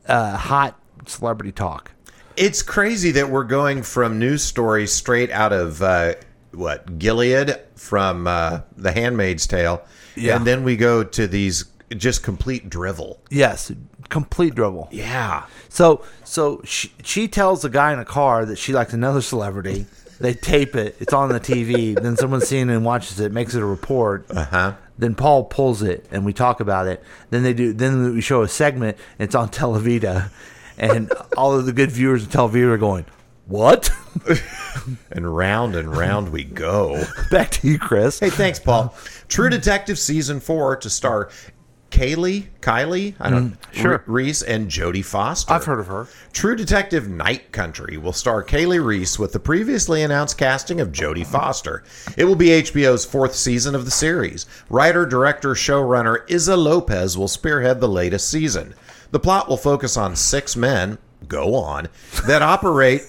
uh, hot celebrity talk. It's crazy that we're going from news stories straight out of uh, what Gilead from uh, The Handmaid's Tale, Yeah. and then we go to these just complete drivel. Yes, complete dribble. Yeah, So so she, she tells the guy in a car that she likes another celebrity. They tape it. It's on the TV. then someone seeing it and watches it, makes it a report. Uh huh. Then Paul pulls it, and we talk about it. Then they do. Then we show a segment. And it's on Televita, and all of the good viewers of Televita are going, "What?" and round and round we go. Back to you, Chris. Hey, thanks, Paul. True Detective season four to star Kaylee, Kylie, I don't Mm, sure. Reese and Jodie Foster. I've heard of her. True Detective Night Country will star Kaylee Reese with the previously announced casting of Jodie Foster. It will be HBO's fourth season of the series. Writer, director, showrunner Isa Lopez will spearhead the latest season. The plot will focus on six men, go on, that operate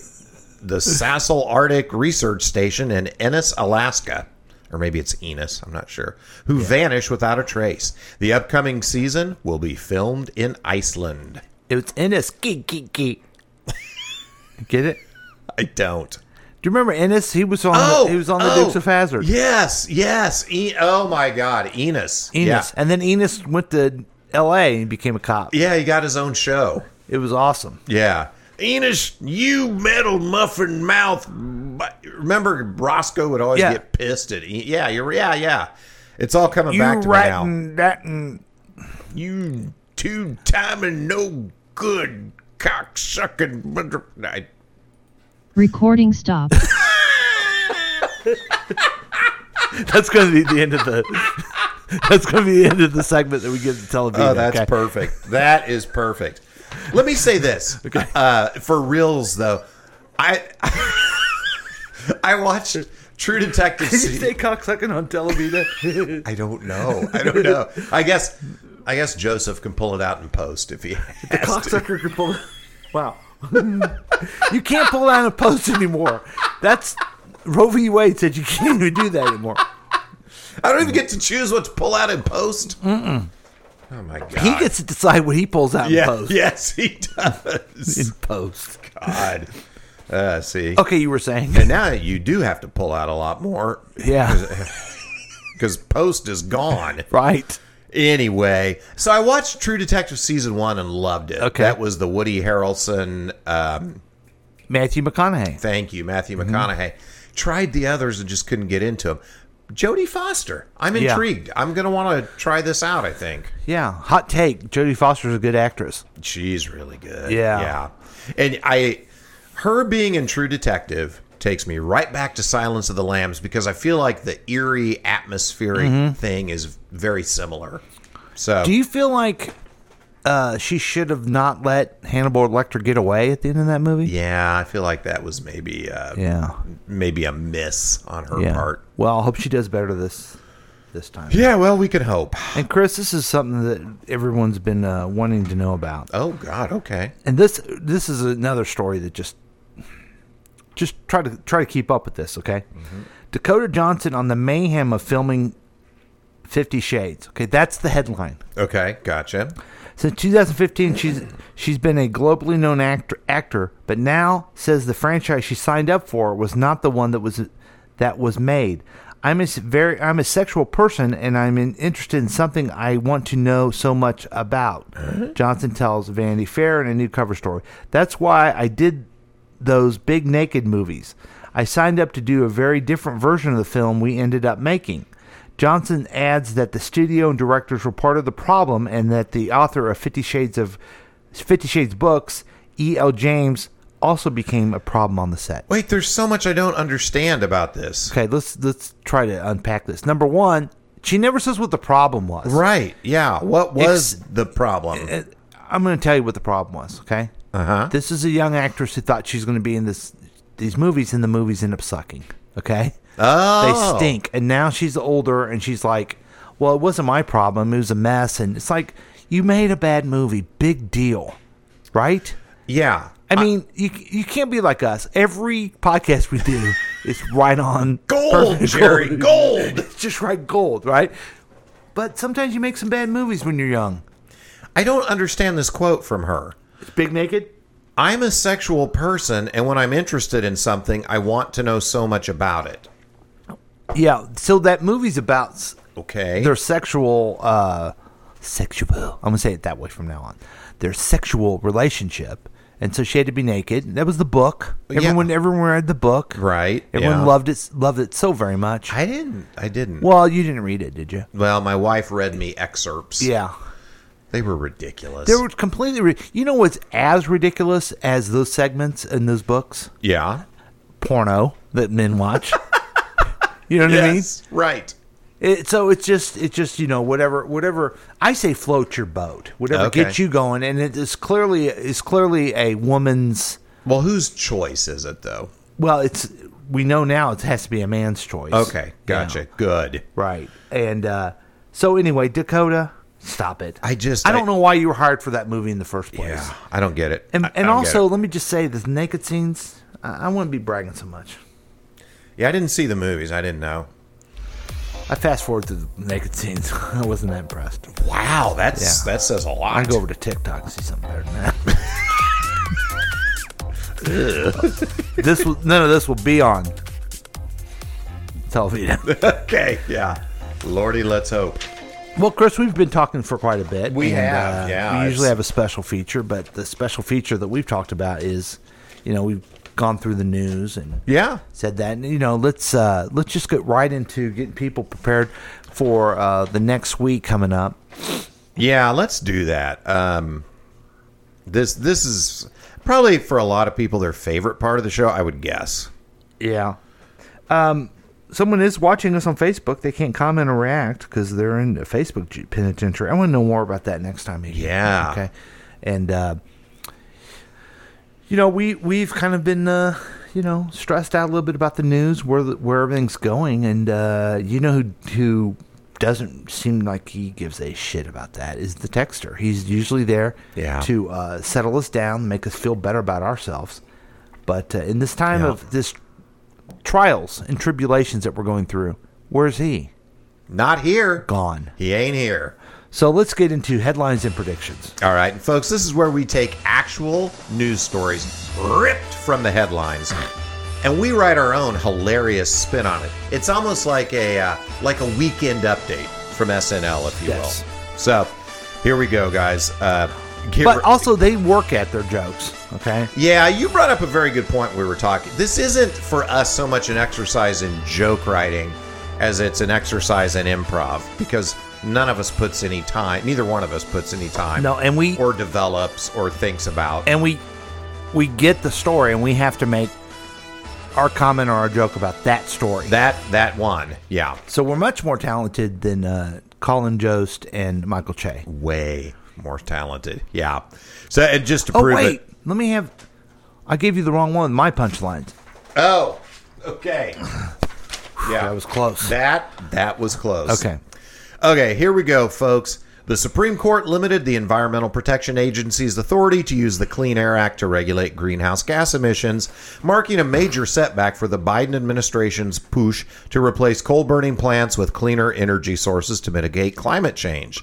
the Sassel Arctic Research Station in Ennis, Alaska. or maybe it's Enos, I'm not sure, who vanish without a trace. The upcoming season will be filmed in Iceland. It's Ennis. Geek, geek, geek. Get it? I don't. Do you remember Ennis? He was on. the, he was on the oh, Dukes of Hazard. Yes, yes. E- oh my God, Enos. Enos, Yeah. and then Enos went to L.A. and became a cop. yeah, he got his own show. It was awesome. Yeah. Enos, you metal muffin mouth. But remember, Roscoe would always Yeah. get pissed at. E- yeah, you're. Yeah, yeah. It's all coming You back to me now. writing that and You two timing no good cocksucking. mother- I- Recording stopped. That's going to be the end of the. that's going to be the end of the segment that we give to television. Oh, that's perfect. That is perfect. Let me say this. Uh, for reals, though, I I watched True Detective. Did you se- say cocksucking on television? I don't know. I don't know. I guess I guess Joseph can pull it out and post if he has to. Cocksucker could pull. Wow. you can't pull down a post anymore. That's Roe v. Wade said you can't even do that anymore. I don't even get to choose what to pull out and post. Oh my god. He gets to decide what he pulls out yeah, in post. Yes, he does. In post. God. Uh, see. Okay, you were saying. And now you do have to pull out a lot more Yeah. because post is gone. right. Anyway, so I watched True Detective season one and loved it. Okay. that was the Woody Harrelson. Um, Matthew McConaughey. thank you, Matthew Mm-hmm. McConaughey. Tried the others and just couldn't get into them. Jodie Foster. I'm Yeah. intrigued. I'm gonna want to try this out. I think Yeah. Hot take. Jodie Foster's a good actress. she's really good. Yeah. yeah. And I, her being in True Detective takes me right back to Silence of the Lambs because I feel like the eerie atmospheric thing is very similar. So Mm-hmm. Do you feel like uh, she should have not let Hannibal Lecter get away at the end of that movie? yeah, I feel like that was maybe uh, Yeah. maybe a miss on her yeah. part. Well, I hope she does better this this time. Yeah, well, we can hope. And Chris, this is something that everyone's been uh, wanting to know about. Oh God, okay. And this this is another story that just just try to try to keep up with this, okay? Mm-hmm. Dakota Johnson on the mayhem of filming 50 Shades. Okay, that's the headline. Okay, gotcha. Since 2015, she's she's been a globally known actor, actor, but now says the franchise she signed up for was not the one that was that was made. I'm a s- very I'm a sexual person, and I'm in, interested in something I want to know so much about. Johnson tells Vanity Fair in a new cover story. That's why I did those big naked movies. I signed up to do a very different version of the film we ended up making. Johnson adds that the studio and directors were part of the problem and that the author of 50 Shades of 50 Shades books, E.L. James, also became a problem on the set. Wait, there's so much I don't understand about this. Okay, let's let's try to unpack this. Number 1, she never says what the problem was. Right? Yeah. What was the problem? I'm going to tell you what the problem was, okay? Uh-huh. This is a young actress who thought she's going to be in this these movies and the movies end up sucking, okay? oh, they stink. And now she's older and she's like, well, it wasn't my problem. It was a mess. And it's like, you made a bad movie. Big deal. Right? Yeah. I mean, you, you can't be like us. Every podcast we do is right on gold, perfect Jerry, gold. gold. It's just right gold, right? But sometimes you make some bad movies when you're young. I don't understand this quote from her. Big Naked? I'm a sexual person, and when I'm interested in something, I want to know so much about it. Yeah. So that movie's about s- Okay. their sexual uh sexual i'm gonna say it that way from now on their sexual relationship and so she had to be naked that was the book Yeah. everyone everyone read the book right. everyone yeah. loved it loved it so very much I didn't. I didn't. well you didn't read it did you Well, my wife read me excerpts. yeah They were ridiculous. they were completely ri- you know what's as ridiculous as those segments in those books yeah. porno that men watch you know what i mean Right. It, so it's just it's just you know whatever whatever I say float your boat whatever Okay. gets you going and it is clearly is clearly a woman's Well, whose choice is it though? well it's we know now it has to be a man's choice Okay, Yeah. gotcha. Good. right and uh, so anyway Dakota stop it I just- I don't I- know why you were hired for that movie in the first place Yeah, I don't get it. and I- I and don't get also it. let me just say this naked scenes I, I wouldn't be bragging so much yeah, I didn't see the movies. I didn't know. I fast forward through the naked scenes. I wasn't that impressed. Wow, that's Yeah. that says a lot. I go over to TikTok and see something better than that. this will, none of this will be on television. okay, yeah. Lordy, let's hope. Well, Chris, we've been talking for quite a bit. uh, We have, yeah, We it's- usually have a special feature, but the special feature that we've talked about is, you know, we've gone through the news and Yeah. said that. And, you know, let's uh, let's just get right into getting people prepared for uh, the next week coming up. Yeah, let's do that. Um, this this is probably for a lot of people their favorite part of the show. I would guess. Yeah. Um, someone is watching us on Facebook. They can't comment or react because they're in a Facebook ju- penitentiary. I want to know more about that next time. Iggy. Yeah. Okay. And uh, you know, we we've kind of been uh, you know stressed out a little bit about the news, where the, where everything's going, and uh, you know who who doesn't seem like he gives a shit about that is the texter. He's usually there Yeah. to uh, settle us down, make us feel better about ourselves. But uh, in this time Yeah. of this trials and tribulations that we're going through, where's he? Not here. Gone. He ain't here. So let's get into headlines and predictions. All right, and folks, this is where we take actual news stories ripped from the headlines, and we write our own hilarious spin on it. It's almost like a uh, like a weekend update from SNL, if you Yes. will. So, here we go, guys. Uh, get But re- also, they work at their jokes, okay? Yeah, you brought up a very good point. when We were talking. This isn't for us so much an exercise in joke writing as it's an exercise in improv because none of us puts any time, neither one of us puts any time. No, and we- or develops or thinks about. And we we get the story and we have to make our comment or our joke about that story. that that one, yeah, so we're much more talented than uh, Colin Jost and Michael Che. way more talented. Yeah. So and just to Oh, prove wait. it. Let me have. I gave you the wrong one. My punchlines. Oh, okay. Yeah, That was close. That that was close. Okay. Okay, here we go, folks. The Supreme Court limited the Environmental Protection Agency's authority to use the Clean Air Act to regulate greenhouse gas emissions, marking a major setback for the Biden administration's push to replace coal burning plants with cleaner energy sources to mitigate climate change.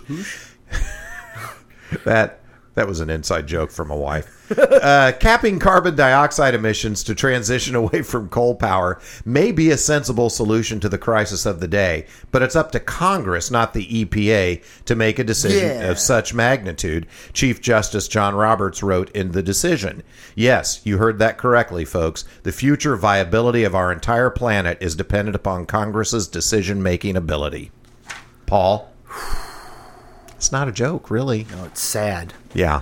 that that was an inside joke from my wife. Uh, capping carbon dioxide emissions to transition away from coal power may be a sensible solution to the crisis of the day, but it's up to Congress, not the EPA, to make a decision of such magnitude, Chief Justice John Roberts wrote in the decision. Yes, you heard that correctly, folks. The future viability of our entire planet is dependent upon Congress's decision making ability. Paul? It's not a joke, really. Oh, it's sad. Yeah.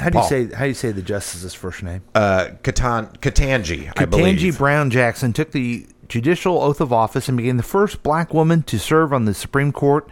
How do you Paul. say how do you say the justice's first name? Katan Katanji, I Katanji believe. Brown Jackson took the judicial oath of office and became the first black woman to serve on the Supreme Court.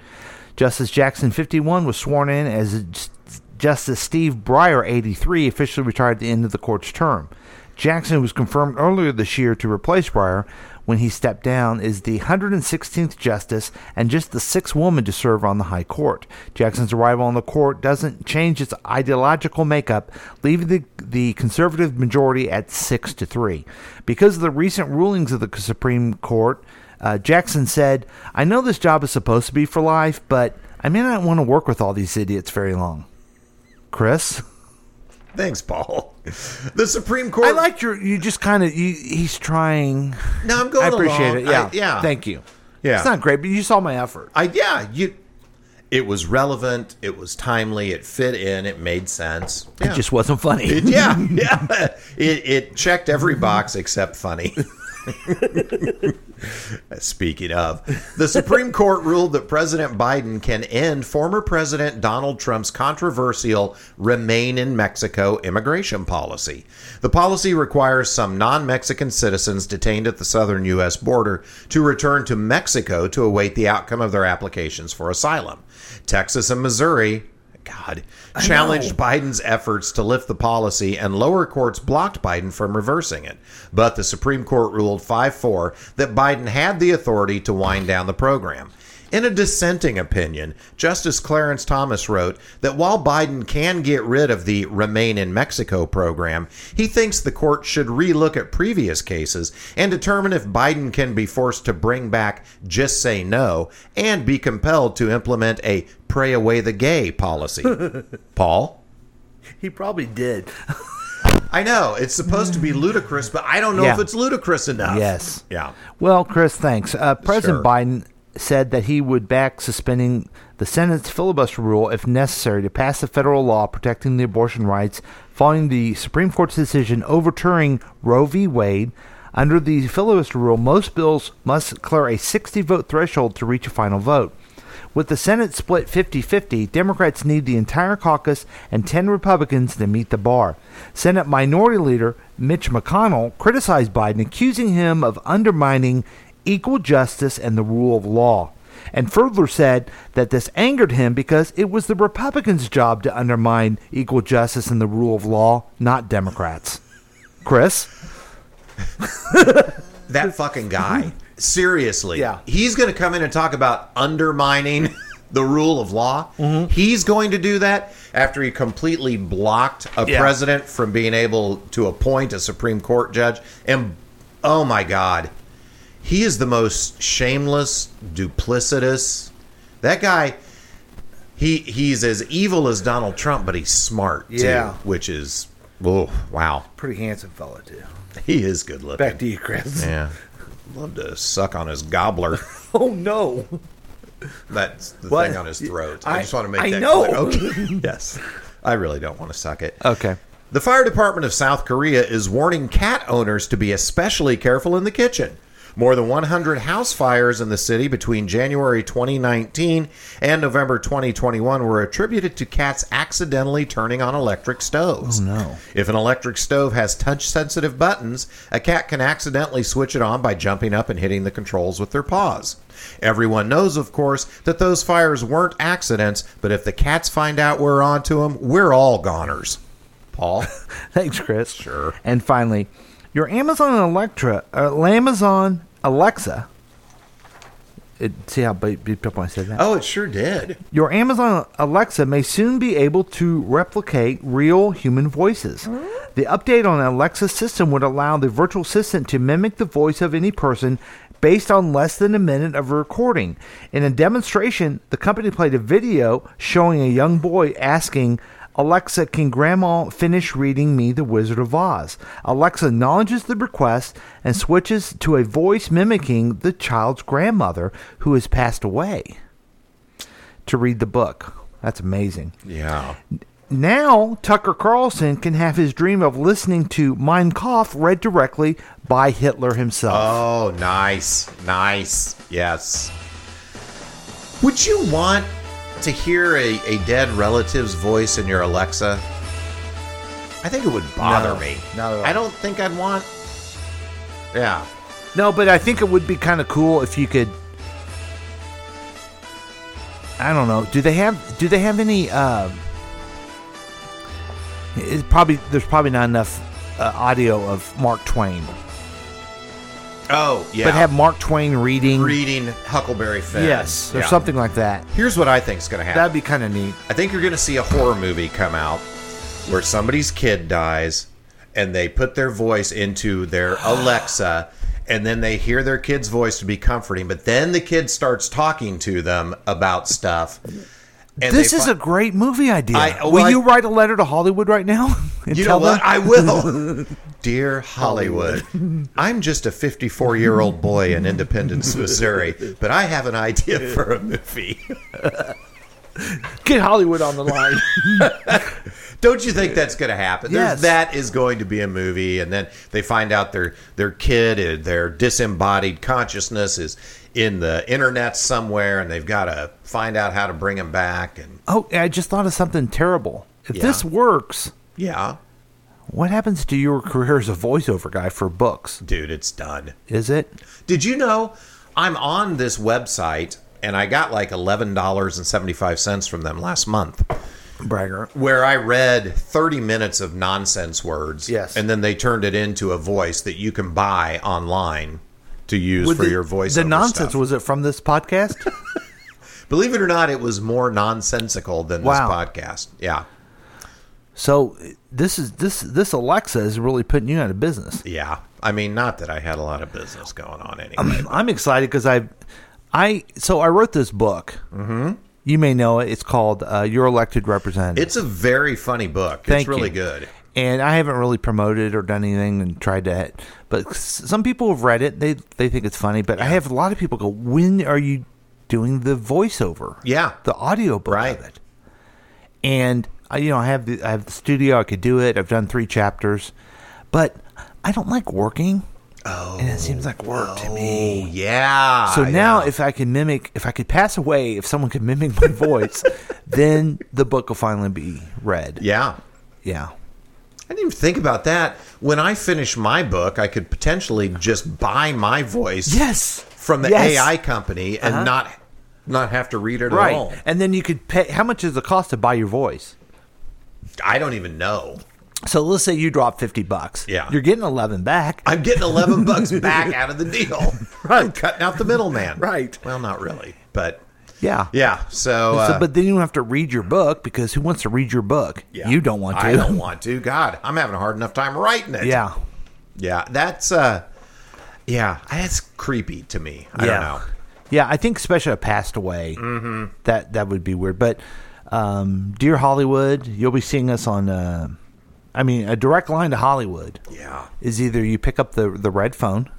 Justice Jackson, 51, was sworn in as Justice Steve Breyer, 83, officially retired at the end of the court's term. Jackson was confirmed earlier this year to replace Breyer when he stepped down as the 116th justice and just the sixth woman to serve on the high court. Jackson's arrival on the court doesn't change its ideological makeup, leaving the, the conservative majority at 6 to 3. Because of the recent rulings of the Supreme Court, uh, Jackson said, "I know this job is supposed to be for life, but I may not want to work with all these idiots very long." Chris, Thanks, Paul. The Supreme Court. I like your you just kind of you, he's trying. No, I'm going I appreciate along. it. Yeah, I- yeah. Thank you. Yeah. it's not great, but you saw my effort. I yeah, you it was relevant, it was timely, it fit in, it made sense. Yeah. It just wasn't funny. It- yeah, yeah. It it checked every box except funny. Speaking of, the Supreme Court ruled that President Biden can end former President Donald Trump's controversial remain in Mexico immigration policy. The policy requires some non Mexican citizens detained at the southern U.S. border to return to Mexico to await the outcome of their applications for asylum. Texas and Missouri. God, challenged Biden's efforts to lift the policy, and lower courts blocked Biden from reversing it. But the Supreme Court ruled 5 4 that Biden had the authority to wind down the program. In a dissenting opinion, Justice Clarence Thomas wrote that while Biden can get rid of the Remain in Mexico program, he thinks the court should relook at previous cases and determine if Biden can be forced to bring back Just Say No and be compelled to implement a Pray Away the Gay policy. Paul? He probably did. I know. It's supposed to be ludicrous, but I don't know Yeah. if it's ludicrous enough. Yes. Yeah. Well, Chris, thanks. Uh, President Sure. Biden said that he would back suspending the Senate's filibuster rule if necessary to pass a federal law protecting the abortion rights following the Supreme Court's decision overturning Roe v. Wade. Under the filibuster rule, most bills must clear a 60 vote threshold to reach a final vote. With the Senate split 50 50, Democrats need the entire caucus and 10 Republicans to meet the bar. Senate Minority Leader Mitch McConnell criticized Biden, accusing him of undermining equal justice and the rule of law, and further said that this angered him because it was the Republicans' job to undermine equal justice and the rule of law, not Democrats. Chris? that fucking guy. Seriously. Yeah. He's going to come in and talk about undermining the rule of law. Mm-hmm. He's going to do that after he completely blocked a Yeah. president from being able to appoint a Supreme Court judge. And oh my God, he is the most shameless, duplicitous. That guy. He, he's as evil as Donald Trump, but he's smart too, Yeah. which is oh wow, Pretty handsome fellow, too. he is good looking. you, Chris. Yeah. Love to suck on his gobbler. Oh, no. That's the What? thing on his throat. I, I- just want to make I that know. clear. Okay. yes. I really don't want to suck it. Okay. The fire department of South Korea is warning cat owners to be especially careful in the kitchen. More than 100 house fires in the city between January 2019 and November 2021 were attributed to cats accidentally turning on electric stoves. Oh, no. If an electric stove has touch sensitive buttons, a cat can accidentally switch it on by jumping up and hitting the controls with their paws. Everyone knows, of course, that those fires weren't accidents, but if the cats find out we're onto them, we're all goners. Paul. Thanks, Chris. Sure. And finally, your Amazon Electra, uh, Amazon Alexa. It, see how beep- beeped up when I said that? Oh, it sure did. Your Amazon Alexa may soon be able to replicate real human voices. The update on Alexa's system would allow the virtual assistant to mimic the voice of any person based on less than a minute of recording. In a demonstration, the company played a video showing a young boy asking, Alexa, can Grandma finish reading me The Wizard of Oz? Alexa acknowledges the request and switches to a voice mimicking the child's grandmother who has passed away to read the book. That's amazing. Yeah. Now, Tucker Carlson can have his dream of listening to Mein Kampf read directly by Hitler himself. Oh, nice. Nice. Yes. Would you want to hear a, a dead relative's voice in your Alexa? I think it would bother No, me. not at all. I don't think I'd want. Yeah. no, but I think it would be kind of cool if you could. I don't know. Do they have? Do they have any? Uh, it's probably there's probably not enough uh, audio of Mark Twain, Oh, yeah. but have Mark Twain reading. reading Huckleberry Finn. yes, or Yeah. something like that. Here's what I think's going to happen. That'd be kind of neat. I think you're going to see a horror movie come out where somebody's kid dies and they put their voice into their Alexa and then they hear their kid's voice to be comforting, but then the kid starts talking to them about stuff. And this they is fi- a great movie idea. I- well, will I- you write a letter to Hollywood right now? and You know tell what? them? I will. Dear Hollywood, I'm just a 54 year old boy in Independence, Missouri, but I have an idea for a movie. Get Hollywood on the line. Don't you think that's going to happen? There's Yes. That is going to be a movie, and then they find out their their kid, uh, their disembodied consciousness is in the internet somewhere, and they've got to find out how to bring him back. And oh, I just thought of something terrible. If Yeah. this works, yeah, what happens to your career as a voiceover guy for books? dude, it's done. Is it? Did you know I'm on this website, and I got like eleven dollars and seventy five cents from them last month. Bragger. where I read 30 minutes of nonsense words. Yes. And then they turned it into a voice that you can buy online to use for your voice. The nonsense was it from this podcast? Believe it or not, it was more nonsensical than Wow. this podcast. Yeah. So this is this this Alexa is really putting you out of business. Yeah. I mean, not that I had a lot of business going on anyway. I'm excited because I, I so I wrote this book. Mm-hmm. You may know it. It's called uh, "Your Elected Representative." it's a very funny book. Thank it's really you. good. and I haven't really promoted or done anything and tried to. But s- some people have read it; they they think it's funny. But I have a lot of people go, "When are you doing the voiceover? Yeah. the audio book Right. of it." And I, you know, I have the I have the studio. I could do it. I've done three chapters, but I don't like working. Oh, and it seems like work to me. Oh, Yeah. Eh. So now, yeah. if I can mimic, if I could pass away, if someone could mimic my voice, then the book will finally be read. Yeah. Yeah. I didn't even think about that. When I finish my book, I could potentially just buy my voice Yes. from the Yes. Uh-huh. AI company and not not have to read it Right. at all. And then you could pay. How much is the cost to buy your voice? I don't even know. So let's say you drop fifty bucks. Yeah. Uh, You're getting eleven back. I'm getting 11 bucks back out of the deal. Right. I'm cutting out the middleman. Right. Well, not really, but yeah. yeah. So, So- uh, but then you don't have to read your book because who wants to read your book? yeah. You don't want to. I don't want to. God, I'm having a hard enough time writing it. Yeah. Yeah. That's, uh, yeah, that's creepy to me. I yeah. don't know. Yeah. I think especially if I passed away. Mm-hmm. That that would be weird. But um, dear Hollywood, you'll be seeing us on. Uh, I mean, a direct line to Hollywood. Yeah. is either you pick up the the red phone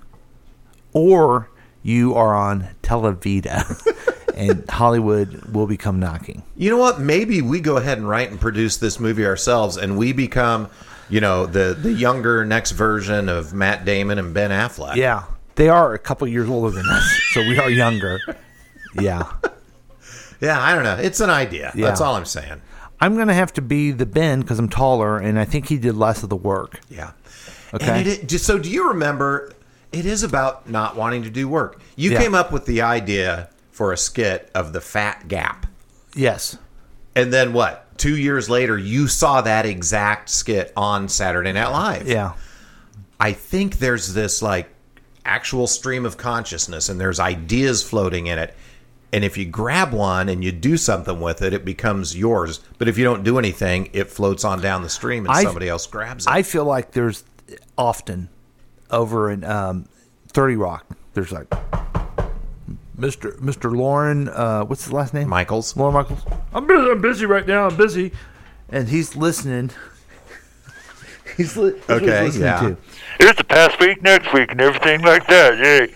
or you are on Televita and Hollywood will become knocking. You know what? Maybe we go ahead and write and produce this movie ourselves and we become, you know, the, the younger next version of Matt Damon and Ben Affleck. Yeah. They are a couple years older than us, so we are younger. Yeah. Yeah. I don't know. It's an idea. Yeah. That's all I'm saying. I'm going to have to be the Ben cuz I'm taller and I think he did less of the work. Yeah. Okay. And it, it, just- so do you remember? It is about not wanting to do work. You Yeah. came up with the idea for a skit of the fat gap, Yes. and then what? Two years later, you saw that exact skit on Saturday Night Live. Yeah. I think there's this like actual stream of consciousness, and there's ideas floating in it. And if you grab one and you do something with it, it becomes yours. But if you don't do anything, it floats on down the stream, and I- somebody else grabs it. I feel like there's often over in um, Thirty Rock. There's like Mr. Mr. Lauren. Uh, what's his last name? Michaels. Lauren Michaels. I'm busy. I'm busy right now. I'm busy. And he's listening. he's, li- he's Okay, listening yeah. to. It's the past week, next week, and everything like that. Yeah.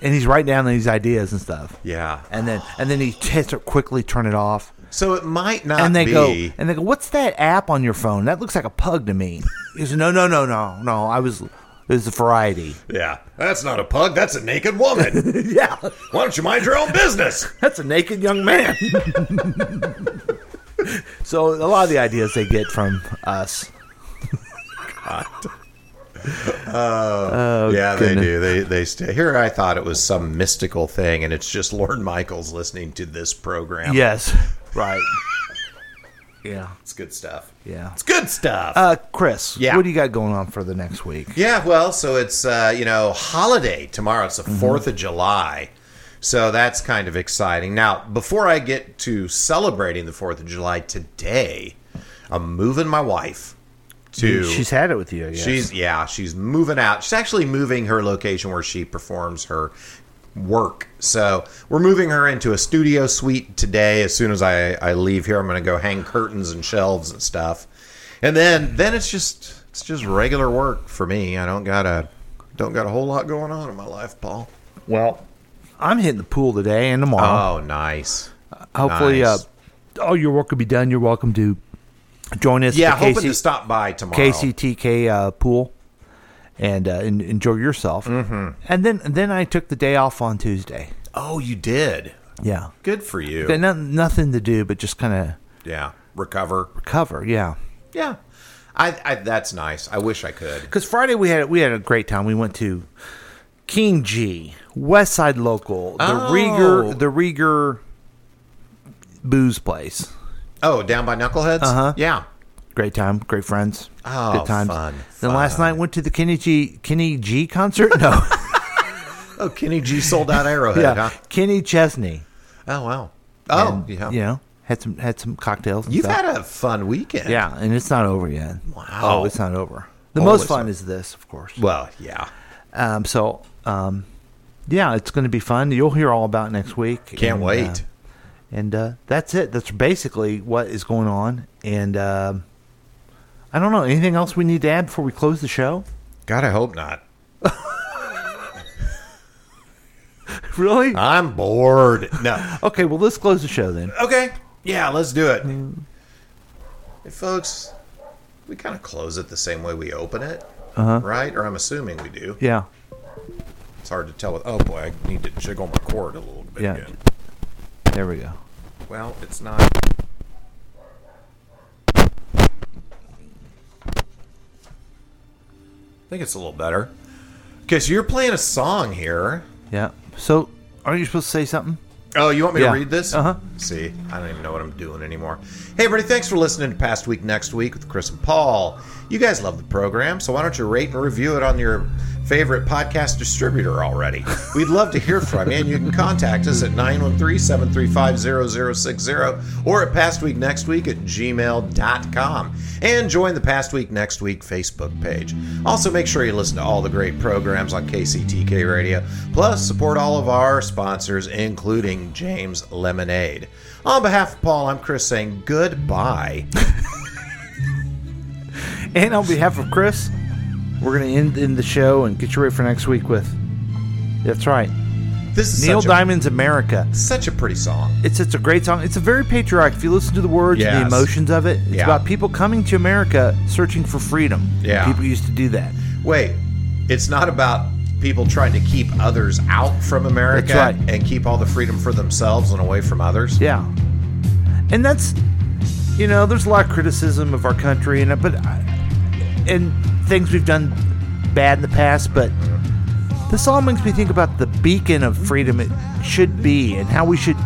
And he's writing down these ideas and stuff. yeah. And then and then he has to quickly turn it off. So it might not and they be. go and they go what's that app on your phone that looks like a pug to me he said no no no no no i was it was a variety yeah, that's not a pug. That's a naked woman. yeah Why don't you mind your own business? that's a naked young man so a lot of the ideas they get from us yeah, they Oh, goodness. do. They they stay here. I thought it was some mystical thing, and it's just Lord Michaels listening to this program. yes right yeah it's good stuff. yeah It's good stuff. uh chris Yeah. what do you got going on for the next week yeah, well, so it's uh, you know holiday tomorrow. It's the 4th of July. So that's kind of exciting. Now, before I get to celebrating the 4th of July today, I'm moving my wife to she's had it with you I guess. She's yeah, she's moving out. She's actually moving her location where she performs her work. So we're moving her into a studio suite today. As soon as I, I leave here, I'm gonna go hang curtains and shelves and stuff. And then then it's just it's just regular work for me. I don't got a don't got a whole lot going on in my life, Paul. well i'm hitting the pool today and tomorrow Oh, nice. hopefully Oh, Nice. uh all your work will be done you're welcome to join us Yeah, at hoping KC to stop by tomorrow. KCTK uh, pool and uh, en- enjoy yourself Mm-hmm. and then then I took the day off on Tuesday Oh, you did. yeah Good for you. Got no- nothing to do but just kind of yeah. Recover. recover yeah Yeah. I, I that's nice. I wish I could. because Friday we had we had a great time we went to King G West Side Local the Oh. Rieger the Rieger booze place Oh, down by Knuckleheads? Uh-huh. Yeah. Great time, great friends, Oh, good times. fun, then last night went to the Kenny G Kenny G concert. No, Oh, Kenny G sold out Arrowhead, yeah, huh? Kenny Chesney. Oh, wow. Oh, And, yeah. You know, had some had some cocktails. and You've stuff. had a fun weekend. yeah, and it's not over yet. Wow. Oh, it's not over. The Oh, most it's fun not- is this, of course. Well, yeah. Um, so, um, yeah, it's going to be fun. You'll hear all about it next week. Can't And, wait. uh, and uh, that's it. That's basically what is going on. And um, I don't know anything else we need to add before we close the show. God, I hope not. Really? I'm bored. No. okay. Well, let's close the show then. Okay. Yeah, let's do it. Mm. Hey, folks, we kind of close it the same way we open it, Uh-huh. right? Or I'm assuming we do. Yeah. It's hard to tell. With oh boy, I need to jiggle my cord a little bit. Yeah. Again. There we go. Well, it's not. I think it's a little better. Okay, so you're playing a song here. Yeah. So, aren't you supposed to say something? Oh, you want me Yeah. to read this? Uh-huh. See, I don't even know what I'm doing anymore. Hey, everybody, thanks for listening to Past Week Next Week with Chris and Paul. You guys love the program, so why don't you rate and review it on your favorite podcast distributor already? We'd love to hear from you, and you can contact us at 913 735 0060 or at pastweeknextweek at gmail.com. And join the Past Week Next Week Facebook page. Also, make sure you listen to all the great programs on KCTK Radio, plus support all of our sponsors, including James Lemonade. On behalf of Paul, I'm Chris saying goodbye. And on behalf of Chris, we're going to end in the show and get you ready for next week with. That's right. This is Neil such a, Diamond's America. such a pretty song. It's it's a great song. It's a very patriotic. If you listen to the words and Yes. the emotions of it, it's Yeah. about people coming to America searching for freedom. Yeah. People used to do that. Wait, it's not about people trying to keep others out from America That's right. and keep all the freedom for themselves and away from others. Yeah. And that's you know, there's a lot of criticism of our country and but I- and things we've done bad in the past, but this all makes me think about the beacon of freedom it should be and how we should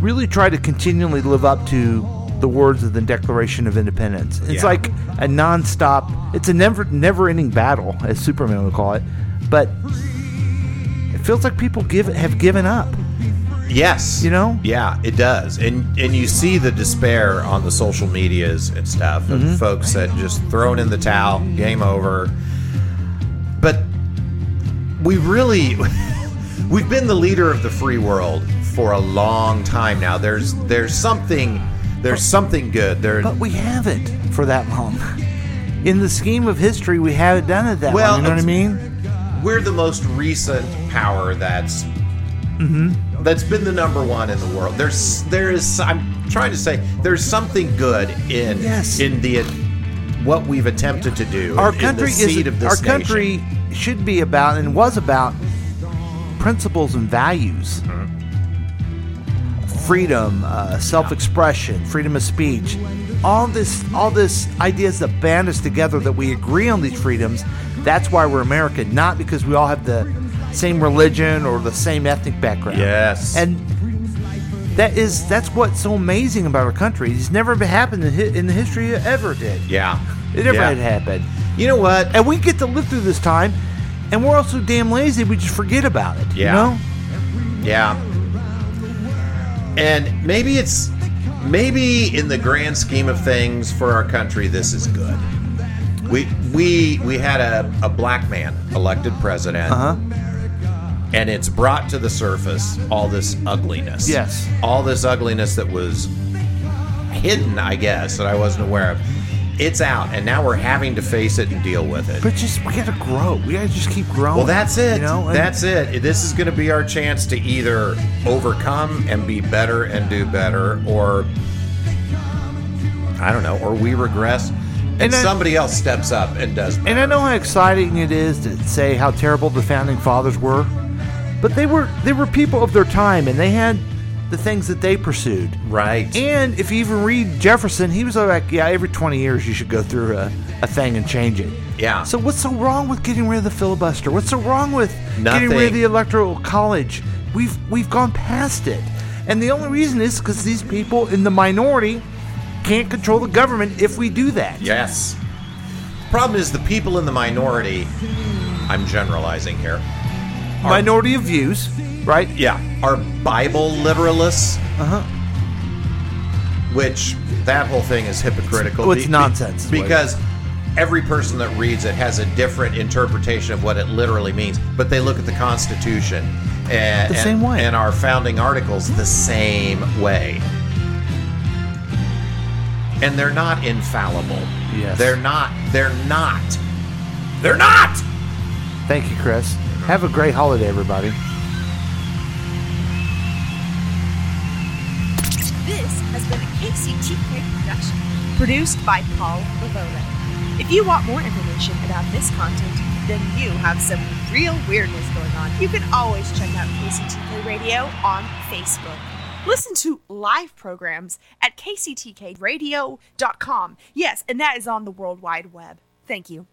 really try to continually live up to the words of the Declaration of Independence. It's Yeah. like a nonstop, it's a never never ending battle, as Superman would call it. But it feels like people give have given up. Yes. You know? Yeah, it does. And and you see the despair on the social medias and stuff of Mm-hmm. folks that just thrown in the towel, game over. But we really we've been the leader of the free world for a long time now. There's there's something there's something good. There But we haven't for that long. In the scheme of history, we haven't done it that Well, long. You know what I it's- mean? we're the most recent power that's Mm-hmm. that's been the number one in the world. There's there is I'm trying to say there's something good in Yes. in the what we've attempted to do. Our in the country seed is of our this country nation. should be about and was about principles and values, Uh-huh. freedom, uh, self-expression, freedom of speech, all this all this ideas that band us together that we agree on these freedoms. That's why we're American, not because we all have the same religion or the same ethnic background. Yes. and that is that's what's so amazing about our country. It's never been happened in, hi- in the history it ever did. yeah, It never Yeah. had happened, You know what? and we get to live through this time, and we're also damn lazy. We just forget about it. Yeah. You know? Yeah. And maybe it's maybe in the grand scheme of things for our country this is good. We we we had a, a black man elected president. Uh huh. and it's brought to the surface all this ugliness. Yes. All this ugliness that was hidden, I guess, that I wasn't aware of. It's out, and now we're having to face it and deal with it. But just we gotta grow. We gotta just keep growing. Well, that's it. You know? And that's it. This is going to be our chance to either overcome and be better and do better, or I don't know, or we regress and, And I- somebody else steps up and does. And I know how exciting it is to say how terrible the founding fathers were, but they were they were people of their time, and they had the things that they pursued. right. And if you even read Jefferson, he was like, yeah, every 20 years you should go through a, a thing and change it. Yeah. So what's so wrong with getting rid of the filibuster? What's so wrong with getting rid of Nothing. the electoral college? We've we've gone past it. And the only reason is because these people in the minority can't control the government if we do that. Yes. Problem is, the people in the minority, I'm generalizing here, Minority of views, right? yeah, are Bible literalists Uh huh. which that whole thing is hypocritical. It's nonsense, is what it because every person that reads it has a different interpretation of what it literally means, but they look at the Constitution eh, and, The same and- way. and our founding articles the same way. And they're not infallible. Yes. They're not. They're not. They're not. Thank you, Chris. Have a great holiday, everybody. This has been a KCTK production, produced by Paul Lavola. If you want more information about this content, then you have some real weirdness going on. You can always check out KCTK Radio on Facebook. Listen to live programs at kctkradio.com. Yes, and that is on the World Wide Web. Thank you.